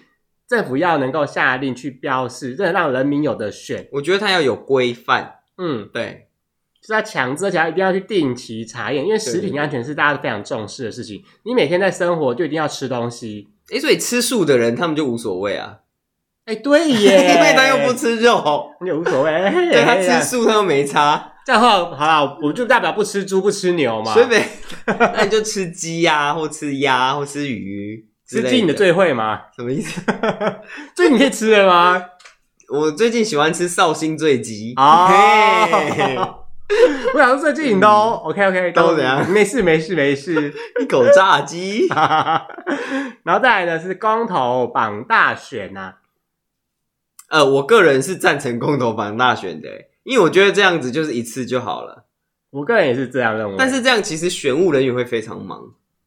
[SPEAKER 2] 政府要能够下令去标示，真的让人民有的选。
[SPEAKER 1] 我觉得它要有规范，
[SPEAKER 2] 嗯，
[SPEAKER 1] 对，
[SPEAKER 2] 就是要强制，而且要一定要去定期查验，因为食品安全是大家非常重视的事情。你每天在生活就一定要吃东西。
[SPEAKER 1] 诶，所以吃素的人他们就无所谓啊，
[SPEAKER 2] 哎， 对
[SPEAKER 1] 因
[SPEAKER 2] 耶，
[SPEAKER 1] 为他又不，吃肉，
[SPEAKER 2] 也无所谓。哎
[SPEAKER 1] 对他
[SPEAKER 2] 哎呀
[SPEAKER 1] 吃素他又没差，
[SPEAKER 2] 这样的话，好啦，我就代表不吃猪不吃牛嘛，
[SPEAKER 1] 随便，那你就吃鸡呀、或吃鸭，或吃鱼之
[SPEAKER 2] 吃
[SPEAKER 1] 类
[SPEAKER 2] 鸡你的罪会 吗？
[SPEAKER 1] 什么意思？
[SPEAKER 2] 这你可以吃 了吗？
[SPEAKER 1] 我最近喜欢吃绍兴醉鸡嘿
[SPEAKER 2] 哦，我想说最近你嗯都 OK OK，
[SPEAKER 1] 都怎样
[SPEAKER 2] 没事没事 没事。。
[SPEAKER 1] 一口炸鸡
[SPEAKER 2] 然后再来呢是公投榜大选啊呐、
[SPEAKER 1] 呃，我个人是赞成公投榜大选的欸，因为我觉得这样子就是一次就好了。
[SPEAKER 2] 我个人也是这样认为。
[SPEAKER 1] 但是这样其实选务人员会非常忙。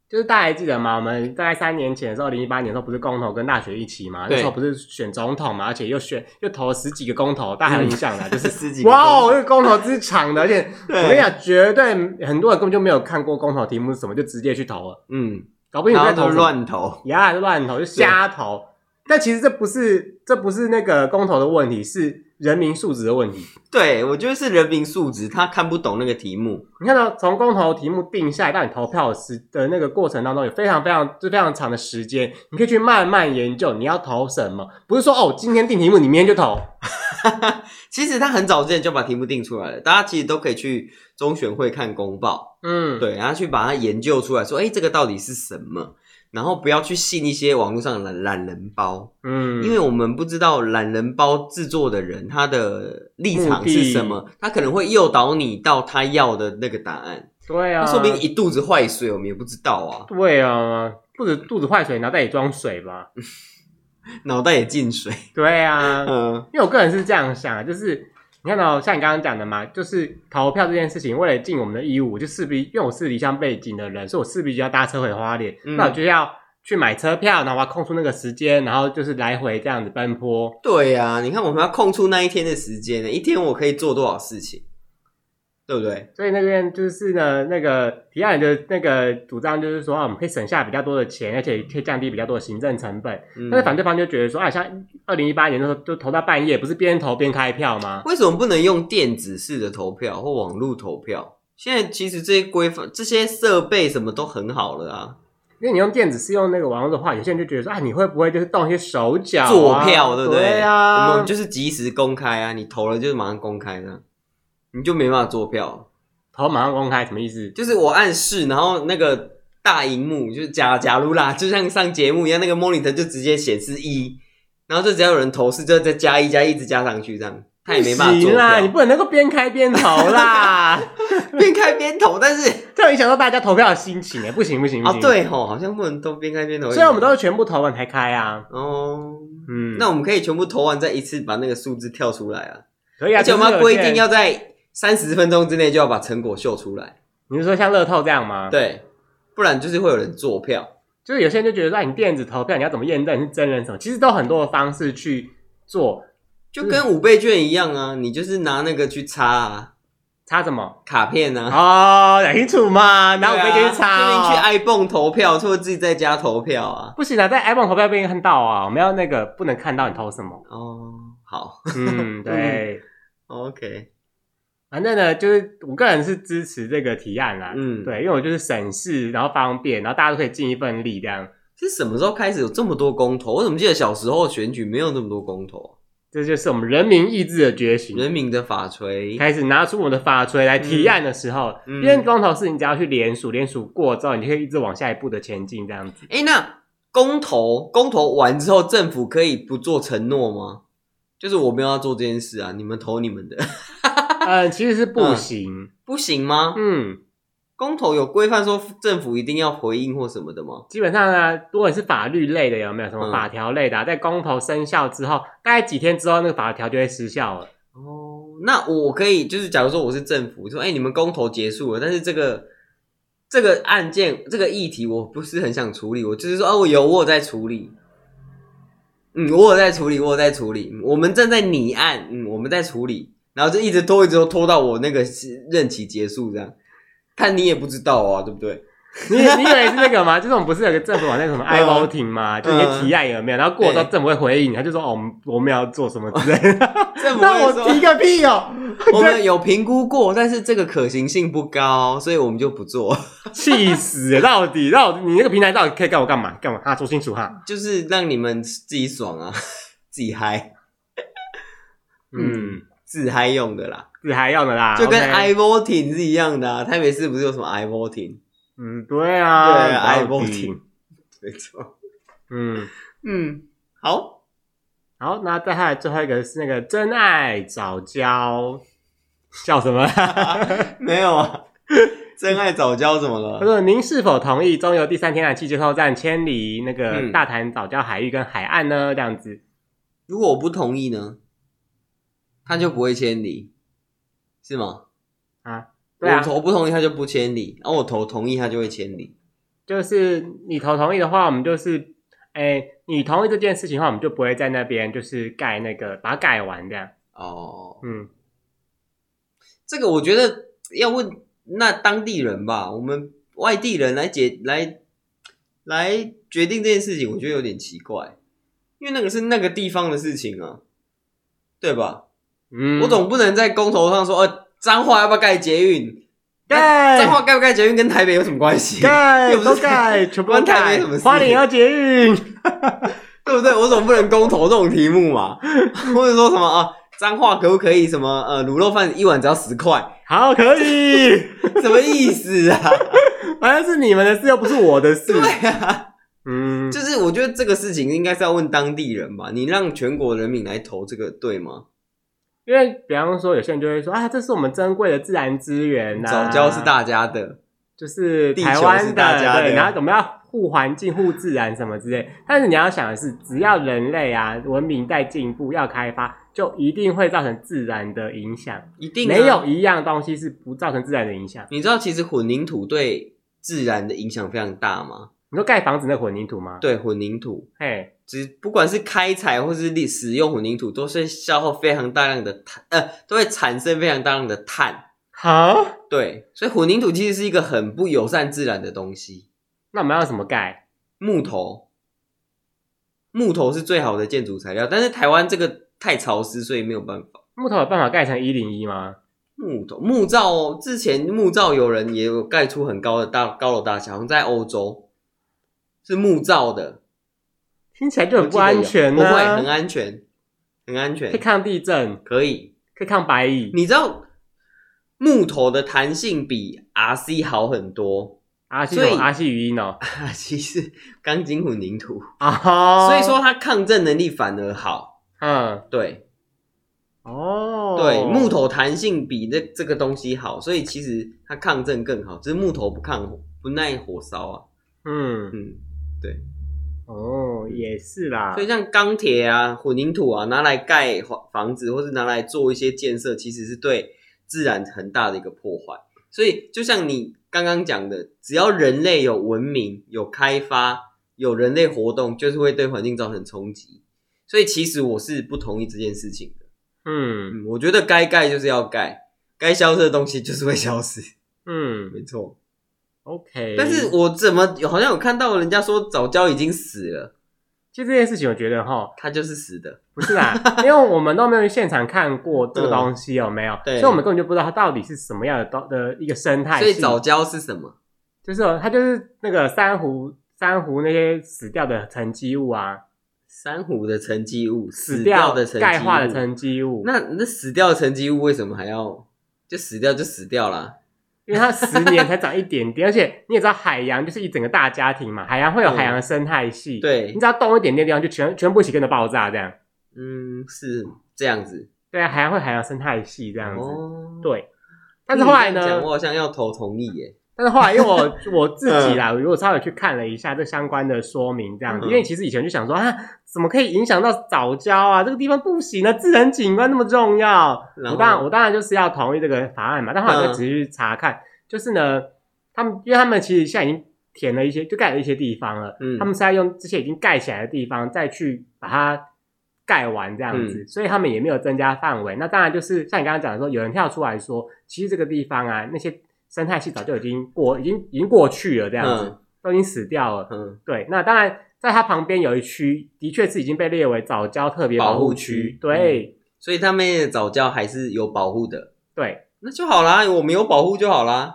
[SPEAKER 2] 就是大家还记得吗？我们大概三年前的时候，二零一八年的时候不是公投跟大选一起嘛？那
[SPEAKER 1] 对
[SPEAKER 2] 时候不是选总统嘛，而且又选又投了十几个公投，大家还有印象啊啦，就
[SPEAKER 1] 这
[SPEAKER 2] 是。
[SPEAKER 1] 十几个
[SPEAKER 2] 哇
[SPEAKER 1] 公
[SPEAKER 2] 哦，这个公投之长的，而且
[SPEAKER 1] 对
[SPEAKER 2] 我跟你讲，绝对很多人根本就没有看过公投题目是什么，就直接去投了，
[SPEAKER 1] 嗯，
[SPEAKER 2] 搞不清楚
[SPEAKER 1] 然
[SPEAKER 2] 在
[SPEAKER 1] 后都
[SPEAKER 2] 投什么，
[SPEAKER 1] 乱投，
[SPEAKER 2] 呀，就乱投，就瞎投。但其实这不是这不是那个公投的问题，是人民素质的问题。
[SPEAKER 1] 对我觉得是人民素质，他看不懂那个题目。
[SPEAKER 2] 你看到从公投题目定下来到你投票的时的那个过程当中，有非常非常就非常长的时间，你可以去慢慢研究你要投什么，不是说哦今天定题目你明天就投，
[SPEAKER 1] 其实他很早之前就把题目定出来了，大家其实都可以去中选会看公报，
[SPEAKER 2] 嗯，，
[SPEAKER 1] 对，然后去把它研究出来，说，哎，这个到底是什么？然后不要去信一些网络上的懒懒人包，
[SPEAKER 2] 嗯，
[SPEAKER 1] 因为我们不知道懒人包制作的人他的立场是什么，他可能会诱导你到他要的那个答案，
[SPEAKER 2] 对啊，
[SPEAKER 1] 他说不定一肚子坏水，我们也不知道啊，
[SPEAKER 2] 对啊，肚子肚子坏水，脑袋也装水吧，
[SPEAKER 1] 脑袋也进水。
[SPEAKER 2] 对啊，
[SPEAKER 1] 嗯
[SPEAKER 2] 因为我个人是这样想，啊就是你看到、像你刚刚讲的嘛，就是投票这件事情，为了尽我们的义务，我就势必因为我是离乡背景的人，所以我势必就要搭车回花莲，
[SPEAKER 1] 嗯
[SPEAKER 2] 那我就要去买车票，然后我要空出那个时间，然后就是来回这样子奔波。
[SPEAKER 1] 对呀、啊，你看我们要空出那一天的时间呢，一天我可以做多少事情，对不对？
[SPEAKER 2] 所以那边就是呢，那个提案的那个主张就是说，啊，我们可以省下比较多的钱，而且可以降低比较多的行政成本。
[SPEAKER 1] 嗯
[SPEAKER 2] 但是反对方就觉得说，啊，像二零一八年的时候就投到半夜，不是边投边开票吗？
[SPEAKER 1] 为什么不能用电子式的投票或网络投票？现在其实这些规范、这些设备什么都很好了啊，
[SPEAKER 2] 因为你用电子是用那个网络的话，有些人就觉得说啊，你会不会就是动一些手脚、啊、
[SPEAKER 1] 做票，对不
[SPEAKER 2] 对？啊，
[SPEAKER 1] 我们就是及时公开啊，你投了就是马上公开的，你就没办法做票。
[SPEAKER 2] 头马上公开什么意思？
[SPEAKER 1] 就是我暗示，然后那个大荧幕就是假假如啦，就像上节目一样，那个 monitor 就直接显示一，然后就只要有人投是就再加一加一，一直加上去这样，他也没办法
[SPEAKER 2] 不
[SPEAKER 1] 做
[SPEAKER 2] 行啦，你
[SPEAKER 1] 票。
[SPEAKER 2] 不能够边开边投 啦，
[SPEAKER 1] 边开边投，但 是
[SPEAKER 2] 这样影响到大家投票的心情哎，不行不行不
[SPEAKER 1] 啊
[SPEAKER 2] 行。，
[SPEAKER 1] 对吼，好像不能都边开边投。
[SPEAKER 2] 虽然我们都是全部投完才开啊，
[SPEAKER 1] 哦，
[SPEAKER 2] 嗯，
[SPEAKER 1] 那我们可以全部投完再一次把那个数字跳出来啊，
[SPEAKER 2] 可以啊，
[SPEAKER 1] 而且我
[SPEAKER 2] 就是
[SPEAKER 1] 们要
[SPEAKER 2] 有
[SPEAKER 1] 规
[SPEAKER 2] 些人
[SPEAKER 1] 定，要在三十分钟之内就要把成果秀出来。
[SPEAKER 2] 你是说像乐透这样吗？，
[SPEAKER 1] 对，不然就是会有人做票。
[SPEAKER 2] 就是有些人就觉得说，啊你电子投票你要怎么验证你是真人什么？其实都有很多的方式去做，
[SPEAKER 1] 就
[SPEAKER 2] 嗯
[SPEAKER 1] 跟五倍券一样啊，你就是拿那个去擦啊，
[SPEAKER 2] 差什么？
[SPEAKER 1] 卡片啊，
[SPEAKER 2] 哦，讲清楚嘛，然后我
[SPEAKER 1] 对
[SPEAKER 2] 们
[SPEAKER 1] 啊
[SPEAKER 2] 可以去插哦、
[SPEAKER 1] 就是你去 iPhone 投票，或者自己在家投票啊。
[SPEAKER 2] 不行啊，在 iPhone 投票不能看到啊，我们要那个不能看到你投 什么。
[SPEAKER 1] 哦，好
[SPEAKER 2] 嗯，对，
[SPEAKER 1] ，OK，
[SPEAKER 2] 反正呢，就是我个人是支持这个提案啦。
[SPEAKER 1] 嗯，，
[SPEAKER 2] 对，因为我就是省事，然后方便，然后大家都可以尽一份力，这样
[SPEAKER 1] 是什么时候开始有这么多公投？我怎么记得小时候选举没有那么多公投？
[SPEAKER 2] 这就是我们人民意志的觉醒。
[SPEAKER 1] 人民的法锤，
[SPEAKER 2] 开始拿出我们的法锤来提案的时候，
[SPEAKER 1] 嗯嗯
[SPEAKER 2] 因为公投是你只要去联署，联署过之后，你就可以一直往下一步的前进，这样 子。
[SPEAKER 1] 哎，那公投公投完之后，政府可以不做承诺吗？就是我没有要做这件事 啊，你们投你们的，
[SPEAKER 2] 呃嗯，其实是不行，
[SPEAKER 1] 不行吗？
[SPEAKER 2] 嗯，
[SPEAKER 1] 公投有规范说政府一定要回应或什么的吗？
[SPEAKER 2] 基本上呢，如果你是法律类的，有没有什么
[SPEAKER 1] 嗯
[SPEAKER 2] 法条类的啊、在公投生效之后，大概几天之后，那个法条就会失效了。
[SPEAKER 1] 哦，那我可以就是，假如说我是政府，说哎、你们公投结束了，但是这个这个案件这个议题我不是很想处理，我就是说哦，我有我有在处理，嗯，我有在处理，我有在处理，嗯我们正在拟案，嗯，我们在处理，然后就一直拖，一直拖，拖到我那个任期结束这样。看你也不知道啊，对不对？
[SPEAKER 2] 你你以为是那个吗？就是我们不是有个政府网站什么
[SPEAKER 1] 嗯
[SPEAKER 2] i voting 吗？就一些提案有没有？然后过了之后
[SPEAKER 1] 对
[SPEAKER 2] 政府会回应，他就说哦，我们我们要做什么之类 的。
[SPEAKER 1] 政府
[SPEAKER 2] 那
[SPEAKER 1] 会
[SPEAKER 2] 我
[SPEAKER 1] 说
[SPEAKER 2] 提个屁哦！
[SPEAKER 1] 我们有评估过，但是这个可行性不高，所以我们就不做，
[SPEAKER 2] 气死了！到底到底你那个平台到底可以干我干嘛干嘛？啊，说清楚哈。
[SPEAKER 1] 就是让你们自己爽啊， 自己嗨。
[SPEAKER 2] 嗯
[SPEAKER 1] 嗯，自嗨用的啦，
[SPEAKER 2] 自还要的啦，
[SPEAKER 1] 就跟
[SPEAKER 2] OK
[SPEAKER 1] i voting 是一样的啊。台北市不是有什么 i voting？
[SPEAKER 2] 嗯对啊，
[SPEAKER 1] 对，i
[SPEAKER 2] 到底
[SPEAKER 1] voting 没错。
[SPEAKER 2] 嗯。
[SPEAKER 1] 嗯，好，
[SPEAKER 2] 好，那再下来最后一个是那个真爱早教，笑 什么？
[SPEAKER 1] 没有啊。 真爱早教怎么了？
[SPEAKER 2] 他说：“您是否同意中油第三天然气接收站迁离那个
[SPEAKER 1] 嗯
[SPEAKER 2] 大潭早教海域跟海岸呢？这样子，
[SPEAKER 1] 如果我不同意呢，他就不会迁离，是吗？
[SPEAKER 2] 对啊
[SPEAKER 1] 我，投不同意他就不迁离，然、后我投同意他就会迁离。
[SPEAKER 2] 就是你投同意的话，我们就是，哎、你同意这件事情的话，我们就不会在那边就是盖那个把它盖完这样。
[SPEAKER 1] 哦，
[SPEAKER 2] 嗯，
[SPEAKER 1] 这个我觉得要问那当地人吧，我们外地人来解来来决定这件事情，我觉得有点奇怪，因为那个是那个地方的事情啊，对吧？
[SPEAKER 2] 嗯
[SPEAKER 1] 我总不能在公投上说，呃，彰化要不要盖捷运？
[SPEAKER 2] 盖
[SPEAKER 1] 彰化盖不盖捷运跟台北有什么关 系？
[SPEAKER 2] 盖
[SPEAKER 1] 哎又不
[SPEAKER 2] 都
[SPEAKER 1] 是
[SPEAKER 2] 盖，全部
[SPEAKER 1] 关台
[SPEAKER 2] 盖
[SPEAKER 1] 北什么，事
[SPEAKER 2] 花莲要捷运，
[SPEAKER 1] 对不对？我总不能公投这种题目嘛， 或者说什么啊，彰化可不可以什么呃卤肉饭一碗只要十块，
[SPEAKER 2] 好 可以，
[SPEAKER 1] 什么意思啊？
[SPEAKER 2] 反正是你们的事，又不是我的事。
[SPEAKER 1] 对啊。
[SPEAKER 2] 嗯，
[SPEAKER 1] 就是我觉得这个事情应该是要问当地人吧，你让全国人民来投这个对 吗？
[SPEAKER 2] 因为比方说，有些人就会说啊，这是我们珍贵的自然资源呐、
[SPEAKER 1] 早嗯教是，大家的，
[SPEAKER 2] 就是
[SPEAKER 1] 地
[SPEAKER 2] 台
[SPEAKER 1] 球
[SPEAKER 2] 湾
[SPEAKER 1] 是大家的
[SPEAKER 2] 对，然后我们要护环境、护自然什么之类。但是你要想的是，只要人类啊文明在进步、要开发，就一定会造成自然的影响，
[SPEAKER 1] 一定啊
[SPEAKER 2] 没有。一样东西是不造成自然的影响。
[SPEAKER 1] 你知道其实混凝土对自然的影响非常大吗？
[SPEAKER 2] 你说盖房子那混凝土吗？，
[SPEAKER 1] 对混凝土，
[SPEAKER 2] 嘿，
[SPEAKER 1] 只不管是开采或是利使用混凝土，都是消耗非常大量的碳，呃，都会产生非常大量的碳。
[SPEAKER 2] 好，
[SPEAKER 1] 对，所以混凝土其实是一个很不友善自然的东西。
[SPEAKER 2] 那我们要怎么盖？
[SPEAKER 1] 木头，木头是最好的建筑材料，但是台湾这个太潮湿，所以没有办法。
[SPEAKER 2] 木头有办法盖成一零一吗？
[SPEAKER 1] 木头木造哦，之前木造有人也有盖出很高的大高楼大厦，好像在欧洲是木造的，
[SPEAKER 2] 听起来就很不安全
[SPEAKER 1] 不
[SPEAKER 2] 呢、
[SPEAKER 1] 会很安全，很安
[SPEAKER 2] 可以
[SPEAKER 1] 全，
[SPEAKER 2] 抗地震，
[SPEAKER 1] 可以。
[SPEAKER 2] 可以抗白蚁。
[SPEAKER 1] 你知道木头的弹性比 RC 好很多，
[SPEAKER 2] 阿西
[SPEAKER 1] 所以
[SPEAKER 2] 阿西语音哦，
[SPEAKER 1] 其实钢筋混凝土，
[SPEAKER 2] 啊，
[SPEAKER 1] 所以说它抗震能力反而好。
[SPEAKER 2] 嗯，
[SPEAKER 1] 对
[SPEAKER 2] 哦，
[SPEAKER 1] 对，木头弹性比这这个东西好，所以其实它抗震更好，只是木头不抗火不耐火烧啊。
[SPEAKER 2] 嗯，
[SPEAKER 1] 嗯。
[SPEAKER 2] 哦，也是啦，
[SPEAKER 1] 所以像钢铁啊、混凝土啊，拿来盖房房子或是拿来做一些建设，其实是对自然很大的一个破坏。所以就像你刚刚讲的，只要人类有文明、有开发、有人类活动，就是会对环境造成冲击。所以其实我是不同意这件事情的。
[SPEAKER 2] 嗯
[SPEAKER 1] 嗯，我觉得该盖就是要盖，该消失的东西就是会消失。
[SPEAKER 2] 嗯
[SPEAKER 1] 没错。
[SPEAKER 2] ，OK，
[SPEAKER 1] 但是我怎么好像有看到人家说早教已经死了，
[SPEAKER 2] 其实这件事情，我觉得哈，
[SPEAKER 1] 它就是死的。
[SPEAKER 2] 不 是啦，因为我们都没有去现场看过这个东西有没有，
[SPEAKER 1] 对
[SPEAKER 2] 所以我们根本就不知道它到底是什么样的东的一个生态
[SPEAKER 1] 所以
[SPEAKER 2] 系，
[SPEAKER 1] 早教是什么？
[SPEAKER 2] 就是有它就是那个珊瑚珊瑚那些死掉的沉积物啊，
[SPEAKER 1] 珊瑚的沉积物，死
[SPEAKER 2] 掉
[SPEAKER 1] 的沉积物，
[SPEAKER 2] 钙化的沉积物，
[SPEAKER 1] 那那死掉的沉积物为什么还要就死掉就死掉啦？
[SPEAKER 2] 因为它十年才长一点点，而且你也知道海洋就是一整个大家庭嘛，海洋会有海洋的生态 系，，
[SPEAKER 1] 对
[SPEAKER 2] 你，只要动一点点地方，就全全部一起跟着爆炸这样。
[SPEAKER 1] 嗯，是这样子，
[SPEAKER 2] 对啊，海洋会海洋生态系这样子，
[SPEAKER 1] 哦，
[SPEAKER 2] 对。但是后来
[SPEAKER 1] 你这样讲
[SPEAKER 2] 呢
[SPEAKER 1] 我，好像要投同意耶，
[SPEAKER 2] 但是后来因为我 我自己啦，我稍微去看了一下这相关的说明，这样子，
[SPEAKER 1] 嗯
[SPEAKER 2] 因为其实以前就想说啊，怎么可以影响到早教啊？这个地方不行啊，自然景观那么重要。
[SPEAKER 1] 然后
[SPEAKER 2] 我当然我当然就是要同意这个法案嘛，但后来就
[SPEAKER 1] 嗯
[SPEAKER 2] 仔细去查看，就是呢，他们因为他们其实现在已经填了一些，就盖了一些地方了，
[SPEAKER 1] 嗯
[SPEAKER 2] 他们是要用这些已经盖起来的地方再去把它盖完这样
[SPEAKER 1] 嗯
[SPEAKER 2] 子，所以他们也没有增加范围。那当然就是像你刚刚讲的说，有人跳出来说，其实这个地方啊，那些生态系早就已经过，已经已经过去了，这样子、
[SPEAKER 1] 嗯
[SPEAKER 2] 都已经死掉了。
[SPEAKER 1] 嗯
[SPEAKER 2] 对，那当然在它旁边有一区，的确是已经被列为早教特别保
[SPEAKER 1] 保护
[SPEAKER 2] 区。
[SPEAKER 1] 区
[SPEAKER 2] 对、
[SPEAKER 1] 所以他们的早教还是有保护的，
[SPEAKER 2] 对，
[SPEAKER 1] 那就好啦，我们有保护就好啦。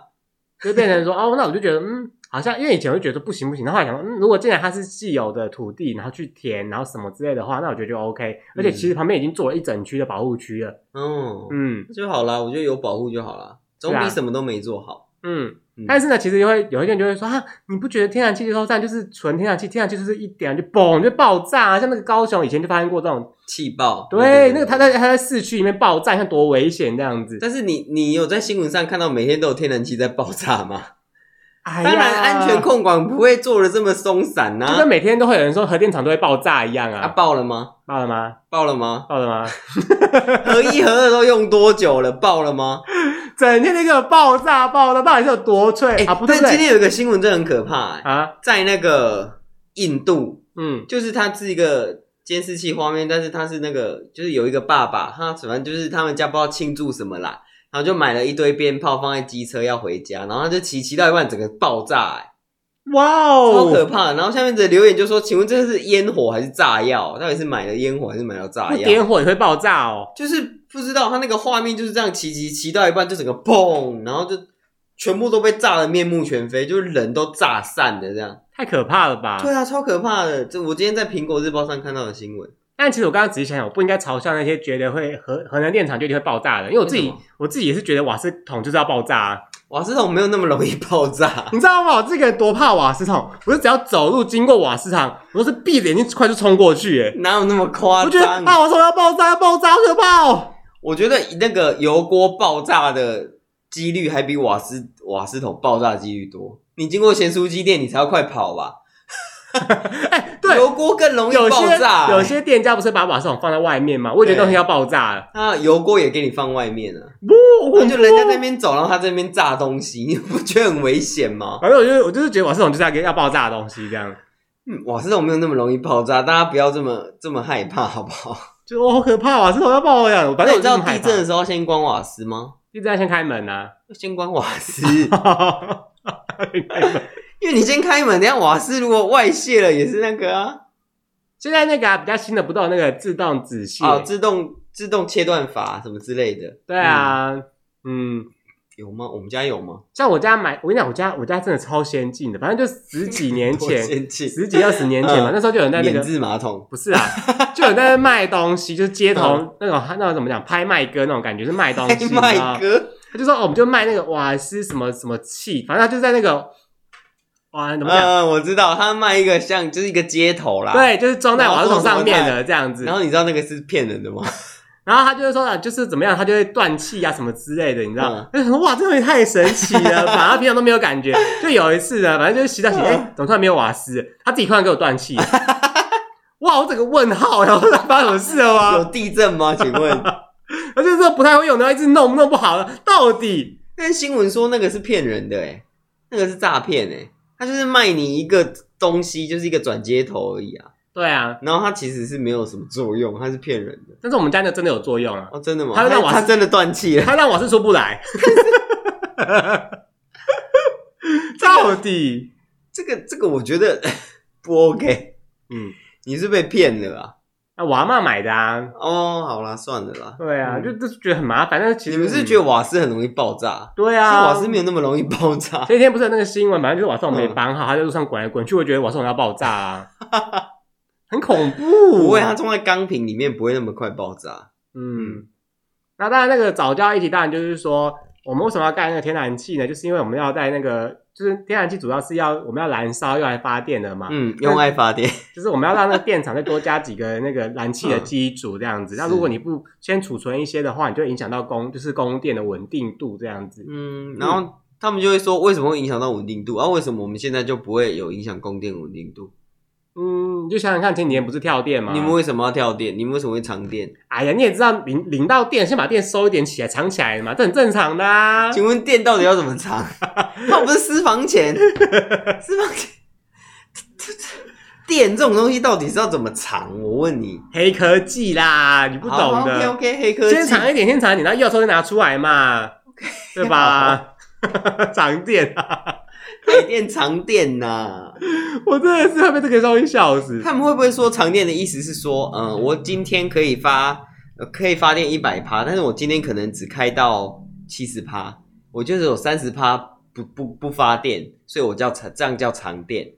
[SPEAKER 2] 就变成说，哦，那我就觉得，嗯，好像因为以前我就觉得不行不行，然后后来想说，嗯，如果既然它是既有的土地，然后去填，然后什么之类的话，那我觉得就 OK。而且
[SPEAKER 1] 嗯
[SPEAKER 2] 其实旁边已经做了一整区的保护区了，
[SPEAKER 1] 哦，
[SPEAKER 2] 嗯
[SPEAKER 1] 那就好啦，我觉得有保护就好啦，总
[SPEAKER 2] 是
[SPEAKER 1] 比
[SPEAKER 2] 啊
[SPEAKER 1] 什么都没做好。
[SPEAKER 2] 嗯
[SPEAKER 1] 嗯。
[SPEAKER 2] 但是呢，其实就会有一些人就会说啊，你不觉得天然气接收站就是纯天然气，天然气就是一点就嘣就爆炸啊？像那个高雄以前就发生过这种，
[SPEAKER 1] 气爆，
[SPEAKER 2] 对，那个它在它在市区里面爆炸，你看多危险这样子。
[SPEAKER 1] 但是你你有在新闻上看到每天都有天然气在爆炸吗？
[SPEAKER 2] 哎呀
[SPEAKER 1] 当然，安全控管不会做的这么松散
[SPEAKER 2] 就
[SPEAKER 1] 呐、
[SPEAKER 2] 跟每天都会有人说核电厂都会爆炸一样
[SPEAKER 1] 啊。
[SPEAKER 2] 啊，
[SPEAKER 1] 爆了吗？
[SPEAKER 2] 爆了吗？
[SPEAKER 1] 爆了吗？
[SPEAKER 2] 爆了吗？
[SPEAKER 1] 合一合二都用多久了？爆了吗？
[SPEAKER 2] 整天那个爆炸爆炸，到底是有多脆、
[SPEAKER 1] 哎、
[SPEAKER 2] 啊？不对
[SPEAKER 1] 但
[SPEAKER 2] 不对
[SPEAKER 1] 今天有一个新闻，真的很可怕、哎
[SPEAKER 2] 啊，
[SPEAKER 1] 在那个印度，
[SPEAKER 2] 嗯
[SPEAKER 1] 就是它是一个监视器画面，但是它是那个就是有一个爸爸，他反正就是他们家不知道庆祝什么啦，然后就买了一堆鞭炮放在机车要回家，然后他就骑骑到一半整个爆炸、哎
[SPEAKER 2] 哇
[SPEAKER 1] 超可
[SPEAKER 2] 哦，
[SPEAKER 1] 怕的。然后下面的留言就说：“请问这是烟火还是炸药？到底是买了烟火还是买了炸
[SPEAKER 2] 不
[SPEAKER 1] 药
[SPEAKER 2] 点火也会爆炸哦？”，
[SPEAKER 1] 就是不知道他那个画面就是这样骑骑骑到一半就整个砰，然后就全部都被炸得面目全非，就是人都炸散的这样。
[SPEAKER 2] 太可怕了吧？
[SPEAKER 1] 对啊，超可怕的。这我今天在苹果日报上看到的新闻。
[SPEAKER 2] 但其实我刚刚仔细想想，我不应该嘲笑那些觉得会核核能电厂就一定会爆炸的，因为我自
[SPEAKER 1] 为
[SPEAKER 2] 己
[SPEAKER 1] 什么
[SPEAKER 2] 我自己也是觉得瓦斯桶就是要爆炸、啊，
[SPEAKER 1] 瓦斯桶没有那么容易爆炸，
[SPEAKER 2] 你知道吗？我这个人多怕瓦斯桶，我是只要走路经过瓦斯场，我都是闭着眼睛快速冲过去、欸，
[SPEAKER 1] 哪有那么夸
[SPEAKER 2] 我觉得
[SPEAKER 1] 张？
[SPEAKER 2] 啊，我说要爆炸要爆炸，好可怕哦！
[SPEAKER 1] 我觉得那个油锅爆炸的几率还比瓦斯瓦斯桶爆炸的几率多。你经过咸酥鸡店，你才要快跑吧？
[SPEAKER 2] 哎、对，
[SPEAKER 1] 油锅更容易
[SPEAKER 2] 有
[SPEAKER 1] 爆
[SPEAKER 2] 些
[SPEAKER 1] 炸、欸
[SPEAKER 2] 有些店家不是把瓦斯桶放在外面吗？我也觉得
[SPEAKER 1] 对
[SPEAKER 2] 东西要爆炸了，
[SPEAKER 1] 哎那油锅也给你放外面了、啊，
[SPEAKER 2] 不，
[SPEAKER 1] 然
[SPEAKER 2] 我
[SPEAKER 1] 后就人家在那边走，然后他在那边炸东西， 你不觉得很危险吗？
[SPEAKER 2] 反正我就是我就是觉得瓦斯桶就是要要爆炸的东西，这样
[SPEAKER 1] 嗯，瓦斯桶没有那么容易爆炸，大家不要这么这么害怕，好不好？
[SPEAKER 2] 就我、哦、好可怕，瓦斯桶要爆了。
[SPEAKER 1] 而
[SPEAKER 2] 反正
[SPEAKER 1] 且
[SPEAKER 2] 我
[SPEAKER 1] 你知道
[SPEAKER 2] 就是很
[SPEAKER 1] 地
[SPEAKER 2] 害怕
[SPEAKER 1] 震的，时候先关瓦斯吗？
[SPEAKER 2] 地震要先开门啊呐、
[SPEAKER 1] 先关瓦斯，
[SPEAKER 2] 啊。
[SPEAKER 1] 因为你先开门，等一下瓦斯如果外泄了也是那个啊，
[SPEAKER 2] 现在那个、啊、比较新的不都有那个自动止泻？
[SPEAKER 1] 啊，自动自动切断法什么之类的。
[SPEAKER 2] 对啊，嗯
[SPEAKER 1] 有吗？我们家有吗？
[SPEAKER 2] 像我家买，我跟你讲，我家我家真的超先进的，反正就十 几年
[SPEAKER 1] 我
[SPEAKER 2] 前，
[SPEAKER 1] 先去
[SPEAKER 2] 十几二十年前嘛，
[SPEAKER 1] 嗯
[SPEAKER 2] 那时候就有人在那
[SPEAKER 1] 免
[SPEAKER 2] 个
[SPEAKER 1] 治马桶，
[SPEAKER 2] 不是啊，就有人在那卖东西，就是街头、
[SPEAKER 1] 嗯
[SPEAKER 2] 那种那种怎么讲拍卖哥那种感觉，是卖东西，你知道吗
[SPEAKER 1] 哎麦哥，
[SPEAKER 2] 他就说、哦我们就卖那个瓦斯什么什么器，反正他就在那个哇怎么讲？
[SPEAKER 1] 嗯，我知道，他卖一个像就是一个街头啦。，
[SPEAKER 2] 对，就是装在瓦斯桶上面
[SPEAKER 1] 啊然
[SPEAKER 2] 的这样子。
[SPEAKER 1] 然后你知道那个是骗人的吗？
[SPEAKER 2] 然后他就是说，啊就是怎么样，他就会断气啊什么之类的，你知道
[SPEAKER 1] 嗯？
[SPEAKER 2] 我就想说哇，这东西太神奇了 吧！他平常都没有感觉，就有一次呢，反正就是洗澡洗，
[SPEAKER 1] 嗯
[SPEAKER 2] 哎、怎么突然没有瓦斯？他自己突然给我断气， 哇！我整个问号，然后发生什么事了
[SPEAKER 1] 有
[SPEAKER 2] 吗？
[SPEAKER 1] 地震吗？请问？
[SPEAKER 2] 而且这不太会用，然后一直弄弄不好了，到底
[SPEAKER 1] 但新闻说那个是骗人的、欸，那个是诈骗、欸，他就是卖你一个东西，就是一个转接头而已啊。
[SPEAKER 2] 对啊。
[SPEAKER 1] 然后它其实是没有什么作用，它是骗人的。
[SPEAKER 2] 但是我们家那真的有作用啊，
[SPEAKER 1] 哦，真的吗？
[SPEAKER 2] 它
[SPEAKER 1] 他
[SPEAKER 2] 让瓦
[SPEAKER 1] 他
[SPEAKER 2] 斯
[SPEAKER 1] 真的断气了。
[SPEAKER 2] 他让瓦斯出不来，到底，
[SPEAKER 1] 这个这个我觉得 不 OK，
[SPEAKER 2] 嗯，
[SPEAKER 1] 你是被骗了啊。
[SPEAKER 2] 那我阿妈买的啊，
[SPEAKER 1] 哦，好啦，算了啦。
[SPEAKER 2] 对啊，
[SPEAKER 1] 嗯
[SPEAKER 2] 就就是觉得很麻烦，但是其
[SPEAKER 1] 你
[SPEAKER 2] 实嗯
[SPEAKER 1] 们是觉得瓦斯很容易爆炸，
[SPEAKER 2] 对
[SPEAKER 1] 其实
[SPEAKER 2] 啊，
[SPEAKER 1] 瓦斯没有那么容易爆炸。
[SPEAKER 2] 前几天不是有那个新闻嘛，反正就是瓦斯桶没
[SPEAKER 1] 嗯
[SPEAKER 2] 绑好，他在路上滚来滚去，我觉得瓦斯桶要爆炸 啊，很恐怖，
[SPEAKER 1] 不会，啊它装在钢瓶里面不会那么快爆炸。
[SPEAKER 2] 嗯，那当然，那个早教议题当然就是说，我们为什么要盖那个天然气呢？就是因为我们要在那个，就是天然气主要是要我们要燃烧用来发电的嘛，
[SPEAKER 1] 嗯，用爱发电。
[SPEAKER 2] 就是我们要让那个电厂再多加几个那个燃气的
[SPEAKER 1] 嗯
[SPEAKER 2] 机组这样子。那、如果你不先储存一些的话，你就会影响到供就是供电的稳定度这样子。
[SPEAKER 1] 嗯，然后他们就会说为什么会影响到稳定度啊？为什么我们现在就不会有影响供电稳定度？
[SPEAKER 2] 嗯，你就想想看，前几天不是跳电吗？
[SPEAKER 1] 你们为什么要跳电？你们为什么会长 电？
[SPEAKER 2] 哎呀，你也知道领领到电，先把电收一点起来，藏起来嘛，这很正常的啊。
[SPEAKER 1] 请问电到底要怎么 长？它不是私房钱，私房钱，电这种东西到底是要怎么长？我问你，
[SPEAKER 2] 黑科技啦，你不懂
[SPEAKER 1] OK
[SPEAKER 2] 的。
[SPEAKER 1] OK，黑科技。
[SPEAKER 2] 先藏一点，先藏一点，然后要抽再拿出来嘛 对吧？ 长电啊！
[SPEAKER 1] 台电长电呐、
[SPEAKER 2] 我真的是会被这个东西笑死。
[SPEAKER 1] 他们会不会说长电的意思是说，嗯、我今天可以发，呃可以发电一百趴，但是我今天可能只开到七十趴，我就是有三十趴不不不发电，所以我叫长，这样叫长电，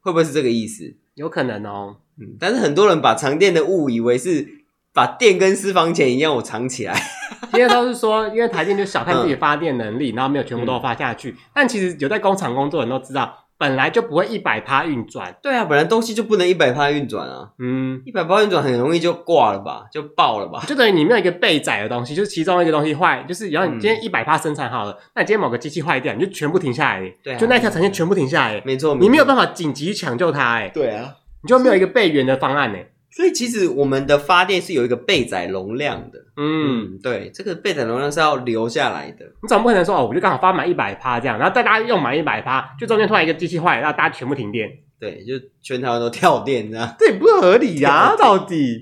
[SPEAKER 1] 会不会是这个意思？
[SPEAKER 2] 有可能哦，
[SPEAKER 1] 嗯，但是很多人把长电的误以为是把电跟私房钱一样，我藏起来。
[SPEAKER 2] 今天都是说，因为台电就小看自己发电能力，然后没有全部都发下去。但其实有在工厂工作的人都知道，本来就不会一百趴运转。
[SPEAKER 1] 对啊，本来东西就不能一百趴运转啊，
[SPEAKER 2] 嗯，
[SPEAKER 1] 一百趴运转很容易就挂了吧，就爆了吧。
[SPEAKER 2] 就等于你没有一个备载的东西，就是其中一个东西坏，就是然后你
[SPEAKER 1] 嗯
[SPEAKER 2] 今天一百趴生产好了，那你今天某个机器坏掉，你就全部停下来，欸
[SPEAKER 1] 对啊
[SPEAKER 2] 就那一条产线全部停下来，欸
[SPEAKER 1] 没错，
[SPEAKER 2] 你没有
[SPEAKER 1] 错
[SPEAKER 2] 办法紧急抢救它，哎，
[SPEAKER 1] 对啊。
[SPEAKER 2] 你就没有一个备援的方案，哎，
[SPEAKER 1] 所以其实我们的发电是有一个备载容量的，
[SPEAKER 2] 嗯，，
[SPEAKER 1] 对，这个备载容量是要留下来的，
[SPEAKER 2] 你总不可能说哦，我就刚好发满一百趴这样，然后大家用满一百趴，就中间突然一个机器坏了，然后大家全部停电，
[SPEAKER 1] 对，就全台湾都跳电这样。
[SPEAKER 2] 这也不合理啊呀、到底。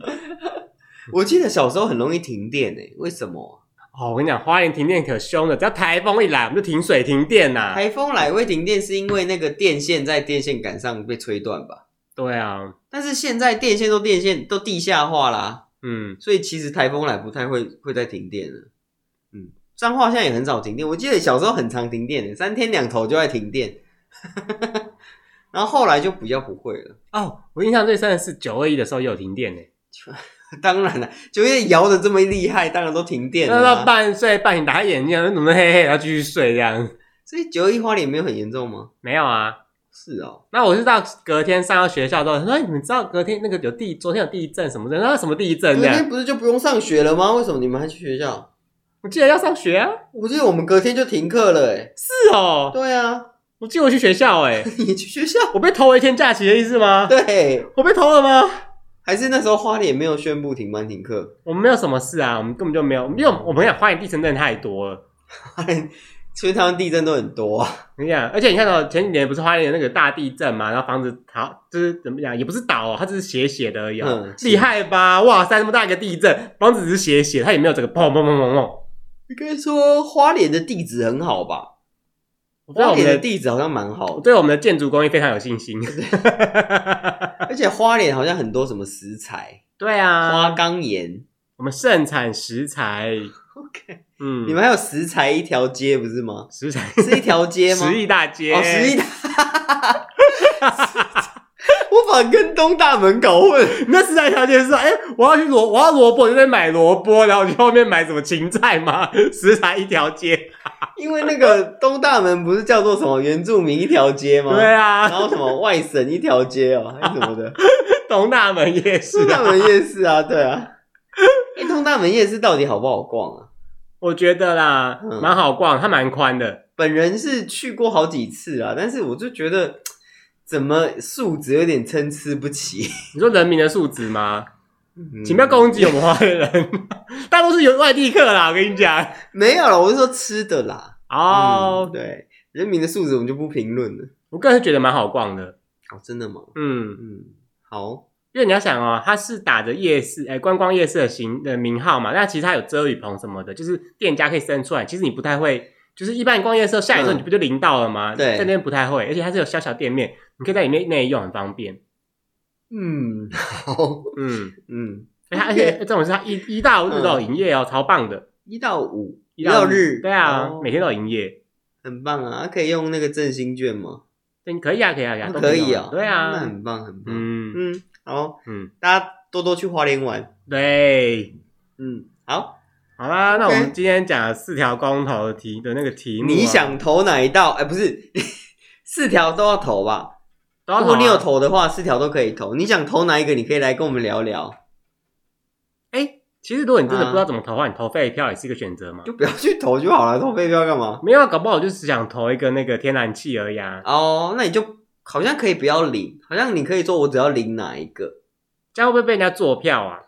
[SPEAKER 1] 我记得小时候很容易停电诶、为什么？
[SPEAKER 2] 哦，我跟你讲，花莲停电可凶了，只要台风一来，我们就停水停电呐、
[SPEAKER 1] 啊台风来会停电是因为那个电线在电线杆上被吹断吧？
[SPEAKER 2] 对啊，
[SPEAKER 1] 但是现在电线都电线都地下化啦，
[SPEAKER 2] 嗯，
[SPEAKER 1] 所以其实台风来不太会会再停电了。嗯，彰化现在也很少停电，我记得小时候很常停电、欸，三天两头就在停电， 然后后来就比较不会了。
[SPEAKER 2] 哦，我印象最深的是九二一的时候也有停电呢、
[SPEAKER 1] 当然了，九月摇的这么厉害，当然都停电
[SPEAKER 2] 那
[SPEAKER 1] 了
[SPEAKER 2] 到
[SPEAKER 1] 啊、
[SPEAKER 2] 半睡半醒打开眼睛，然后怎么黑黑，然后继续睡这样？
[SPEAKER 1] 所以九一花莲没有很严重吗？
[SPEAKER 2] 没有啊。
[SPEAKER 1] 是哦，
[SPEAKER 2] 那我是到隔天上到学校之后，他说哎：“你们知道隔天那个有地，昨天有地震什么的，那什么地震
[SPEAKER 1] 隔
[SPEAKER 2] 这样？
[SPEAKER 1] 天不是就不用上学了吗？为什么你们还去学校？
[SPEAKER 2] 我记得要上学啊。
[SPEAKER 1] 我记得我们隔天就停课了、欸，
[SPEAKER 2] 是哦，
[SPEAKER 1] 对啊，
[SPEAKER 2] 我记得我去学校哎、
[SPEAKER 1] 你去学校？
[SPEAKER 2] 我被偷了一天假期的意思吗？
[SPEAKER 1] 对，
[SPEAKER 2] 我被偷了吗？
[SPEAKER 1] 还是那时候花莲没有宣布停班停课？
[SPEAKER 2] 我们没有什么事啊，我们根本就没有，因为我们想花园地震真的太多了。
[SPEAKER 1] 花莲其实台湾地震都很多啊，
[SPEAKER 2] 你讲，而且你看到、前几年不是花莲那个大地震嘛，然后房子好就是怎么讲，也不是倒、哦，它只是斜斜的而已、哦，
[SPEAKER 1] 嗯是
[SPEAKER 2] 厉害吧？哇塞，这么大一个地震，房子只是斜斜，它也没有整个砰砰砰砰砰。
[SPEAKER 1] 应该说花莲的地质很好吧？
[SPEAKER 2] 我对
[SPEAKER 1] 花
[SPEAKER 2] 我们
[SPEAKER 1] 莲的
[SPEAKER 2] 的
[SPEAKER 1] 地质好像蛮好
[SPEAKER 2] 我
[SPEAKER 1] 的，
[SPEAKER 2] 对我们的建筑工艺非常有信心。
[SPEAKER 1] 而且花莲好像很多什么石材，
[SPEAKER 2] 对啊，
[SPEAKER 1] 花岗岩。
[SPEAKER 2] 我们盛产食材，
[SPEAKER 1] OK，
[SPEAKER 2] 嗯，
[SPEAKER 1] 你们还有石材一条街不是吗？
[SPEAKER 2] 食材
[SPEAKER 1] 是一条街吗？
[SPEAKER 2] 十亿大街，
[SPEAKER 1] 哦，十一大， 我把跟东大门搞混。
[SPEAKER 2] 那食材条件是说，哎、我要去萝，我要萝卜，我就在买萝卜，然后我去后面买什么芹菜吗？ 食材一条街，
[SPEAKER 1] 因为那个东大门不是叫做什么原住民一条街吗？
[SPEAKER 2] 对
[SPEAKER 1] 哦然
[SPEAKER 2] 啊，
[SPEAKER 1] 后什么外省一条街哦，还是什么的，
[SPEAKER 2] 东大门也是、啊，
[SPEAKER 1] 东大门夜市啊，对啊。哎、东大门夜市到底好不好逛啊？
[SPEAKER 2] 我觉得啦，
[SPEAKER 1] 嗯
[SPEAKER 2] 蛮好逛，它蛮宽的。
[SPEAKER 1] 本人是去过好几次啊，但是我就觉得怎么素质有点参差不齐。
[SPEAKER 2] 你说人民的素质吗？
[SPEAKER 1] 嗯
[SPEAKER 2] 请不要攻击我们花莲人， 大多是有外地客啦。我跟你讲，
[SPEAKER 1] 嗯没有了，我是说吃的啦。
[SPEAKER 2] 哦
[SPEAKER 1] 嗯，对，人民的素质我们就不评论了。
[SPEAKER 2] 我个人觉得蛮好逛的。
[SPEAKER 1] 哦，真的吗？
[SPEAKER 2] 嗯，
[SPEAKER 1] 嗯，好，
[SPEAKER 2] 因为你要想哦，它是打着夜市哎、观光夜市的型的名号嘛，那其实它有遮雨棚什么的，就是店家可以伸出来。其实你不太会，就是一般你逛夜市的时候下雨的时候
[SPEAKER 1] 嗯
[SPEAKER 2] 你不就淋到了吗？
[SPEAKER 1] 对
[SPEAKER 2] 在那边不太会，而且它是有小小店面，你可以在里面内用，很方便。
[SPEAKER 1] 嗯， 好，
[SPEAKER 2] 嗯，
[SPEAKER 1] 嗯，
[SPEAKER 2] 而且它而且这种是它一一到日都有营业哦，超棒的。
[SPEAKER 1] 一到五，
[SPEAKER 2] 一
[SPEAKER 1] 到
[SPEAKER 2] 到
[SPEAKER 1] 日，
[SPEAKER 2] 对啊，
[SPEAKER 1] 哦
[SPEAKER 2] 每天都有营业。
[SPEAKER 1] 很棒啊！啊可以用那个振兴券吗？
[SPEAKER 2] 对，可以啊，可以啊，可以啊，
[SPEAKER 1] 啊
[SPEAKER 2] 都
[SPEAKER 1] 可以
[SPEAKER 2] 用
[SPEAKER 1] 啊，
[SPEAKER 2] 对
[SPEAKER 1] 那
[SPEAKER 2] 啊，
[SPEAKER 1] 很棒，很棒。
[SPEAKER 2] 嗯
[SPEAKER 1] 嗯，好，
[SPEAKER 2] 嗯，
[SPEAKER 1] 大家多多去花莲玩。
[SPEAKER 2] 对。
[SPEAKER 1] 嗯，好，
[SPEAKER 2] 好啦，那我
[SPEAKER 1] OK
[SPEAKER 2] 们今天讲四条公投的题的那个题目啊，
[SPEAKER 1] 你想投哪一道？哎，不是， 四条都要投吧？
[SPEAKER 2] 都要投啊，
[SPEAKER 1] 如果你有投的话，四条都可以投。你想投哪一个？你可以来跟我们聊聊。
[SPEAKER 2] 哎，其实如果你真的
[SPEAKER 1] 嗯
[SPEAKER 2] 不知道怎么投的话，你投废票也是一个选择嘛。
[SPEAKER 1] 就不要去投就好了，投废票干嘛？
[SPEAKER 2] 没有啊，搞不好我就只想投一个那个天然气而已啊，
[SPEAKER 1] 哦，那你就好像可以不要领，好像你可以说我只要领哪一个。
[SPEAKER 2] 这样会不会被人家做票啊？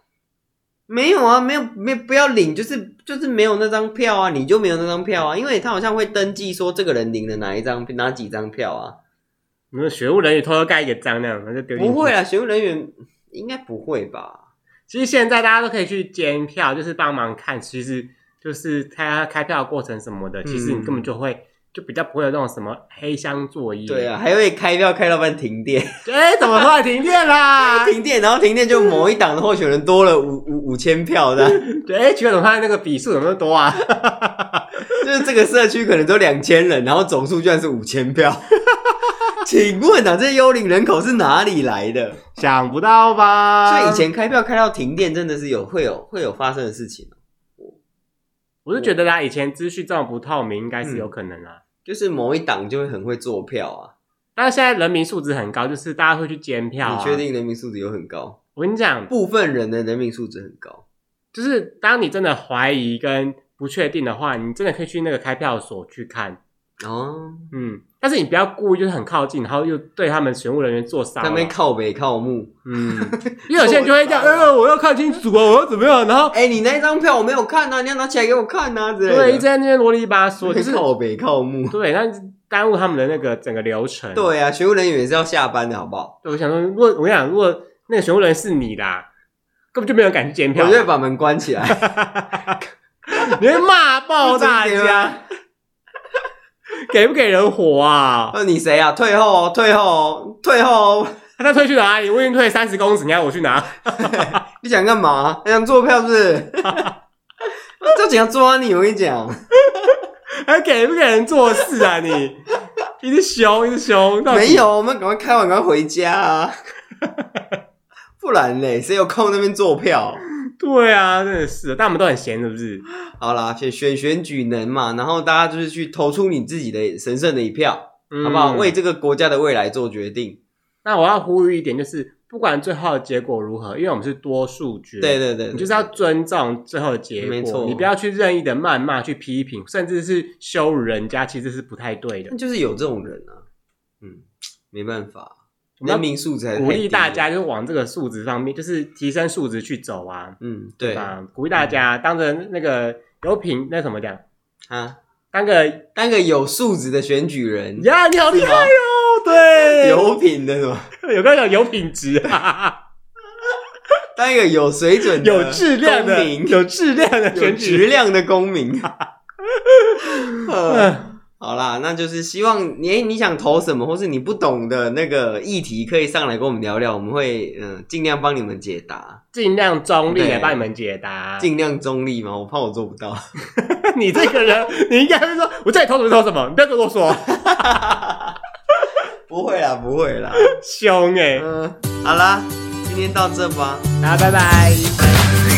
[SPEAKER 1] 没有啊，没有，没不要领，就是就是没有那张票啊，你就没有那张票啊，因为他好像会登记说这个人领了哪一张哪几张票啊，
[SPEAKER 2] 你们学务人员偷偷盖一个章那样，然后就丢进去。
[SPEAKER 1] 不会啊，学务人员应该不会吧？
[SPEAKER 2] 其实现在大家都可以去监票，啊就是帮忙看，其实就是开开票的过程什么的，其实你
[SPEAKER 1] 嗯
[SPEAKER 2] 根本就会就比较不会有那种什么黑箱作业。
[SPEAKER 1] 对啊，，还会开票开到半停电，
[SPEAKER 2] 哎，怎么突然停 电啦？
[SPEAKER 1] 停电，然后停电就某一档的候选人多了五五五千票的，
[SPEAKER 2] 对，哎，觉得他那个笔数怎么那么多啊？
[SPEAKER 1] 就是这个社区可能都两千人，然后总数居然是五千票， 请问啊，这幽灵人口是哪里来的？
[SPEAKER 2] 想不到吧？
[SPEAKER 1] 所以以前开票开到停电，真的是有会有会有发生的事情哦，
[SPEAKER 2] 我是觉得啦，以前资讯这么不透明，应该是
[SPEAKER 1] 嗯
[SPEAKER 2] 有可能啊。
[SPEAKER 1] 就是某一档就会很会做票啊。
[SPEAKER 2] 但是现在人民素质很高，就是大家会去监票、啊。
[SPEAKER 1] 你确？定人民素质有很高？
[SPEAKER 2] 我跟你讲，
[SPEAKER 1] 部分人的人民素质很高，
[SPEAKER 2] 就是当你真的怀疑跟不确定的话，你真的可以去那个开票所去看。
[SPEAKER 1] 哦，
[SPEAKER 2] 嗯，但是你不要故意就是很靠近，然后又对他们选务人员做骚
[SPEAKER 1] 他们
[SPEAKER 2] 扰。
[SPEAKER 1] 靠北靠木。
[SPEAKER 2] 嗯，因为有些人就会这样，
[SPEAKER 1] 做骚扰
[SPEAKER 2] 呃，我要看清楚啊，我要怎么样？然后
[SPEAKER 1] 哎、你那张票我没有看啊，你要拿起来给我看啊之类的。
[SPEAKER 2] 对，一直在那边啰里 吧嗦，就是
[SPEAKER 1] 靠北靠木。
[SPEAKER 2] 对，那耽误他们的那个整个流程。，
[SPEAKER 1] 对啊，学务人员也是要下班的好不好？
[SPEAKER 2] 我想说，如果我跟你讲，如果那个选务人员是你啦，根本就没有人敢去监票
[SPEAKER 1] 我就，会把门关起来，
[SPEAKER 2] 你会骂爆大
[SPEAKER 1] 不准点
[SPEAKER 2] 家
[SPEAKER 1] 啊。
[SPEAKER 2] 给不给人 活啊？
[SPEAKER 1] 说你谁啊？退后哦，退后哦，退后哦！
[SPEAKER 2] 他退去哪里？我已经退三十公尺，你要我去拿？
[SPEAKER 1] 你想干嘛？你想做票是不是？ 哦我就想抓你，我跟你讲。
[SPEAKER 2] 还给不给人做事啊你？一直凶，一直凶，到底
[SPEAKER 1] 没有，我们赶快开完，赶快回家 啊！不然嘞，谁有空那边做票？
[SPEAKER 2] 对啊，真的是，但我们都很闲，是不是？
[SPEAKER 1] 好啦，选选选举能嘛，然后大家就是去投出你自己的神圣的一票，
[SPEAKER 2] 嗯
[SPEAKER 1] 好不好？为这个国家的未来做决定。
[SPEAKER 2] 那我要呼吁一点，就是不管最后的结果如何，因为我们是多数决，
[SPEAKER 1] 对对对，
[SPEAKER 2] 你就是要尊重最后的结果，
[SPEAKER 1] 没错
[SPEAKER 2] 你不要去任意的谩骂、去批评，甚至是羞辱人家，其实是不太对的
[SPEAKER 1] 对。就是有这种人啊，嗯，没办法，
[SPEAKER 2] 我们要
[SPEAKER 1] 人民素质还是
[SPEAKER 2] 鼓
[SPEAKER 1] 太低
[SPEAKER 2] 励
[SPEAKER 1] 了
[SPEAKER 2] 大家，就是往这个素质方面，就是提升素质去走啊，
[SPEAKER 1] 嗯，对啊，
[SPEAKER 2] 啊，鼓励大家当成那个有品，那什么讲，当个
[SPEAKER 1] 啊当个有素质的选举人，
[SPEAKER 2] 呀，你好厉害哦！对，
[SPEAKER 1] 有品的什么，
[SPEAKER 2] 有个有有品质、啊，
[SPEAKER 1] 当一个有水准、的
[SPEAKER 2] 有质量的、
[SPEAKER 1] 公民
[SPEAKER 2] 有质量的
[SPEAKER 1] 有
[SPEAKER 2] 选
[SPEAKER 1] 质
[SPEAKER 2] 举。
[SPEAKER 1] 量的公民。呃
[SPEAKER 2] 嗯，
[SPEAKER 1] 好啦，那就是希望你诶你想投什么，或是你不懂的那个议题，可以上来跟我们聊聊，我们会嗯、呃尽量帮你们解答，
[SPEAKER 2] 尽量中立
[SPEAKER 1] 对
[SPEAKER 2] 来帮你们解答。
[SPEAKER 1] 尽量中立嘛。我怕我做不到，
[SPEAKER 2] 你这个人，你应该会说，我叫你投什么投什么，你不要跟 我说，
[SPEAKER 1] 不会啦，不会啦。
[SPEAKER 2] 凶哎、
[SPEAKER 1] 欸呃嗯、好啦，今天到这吧。
[SPEAKER 2] 大家拜拜。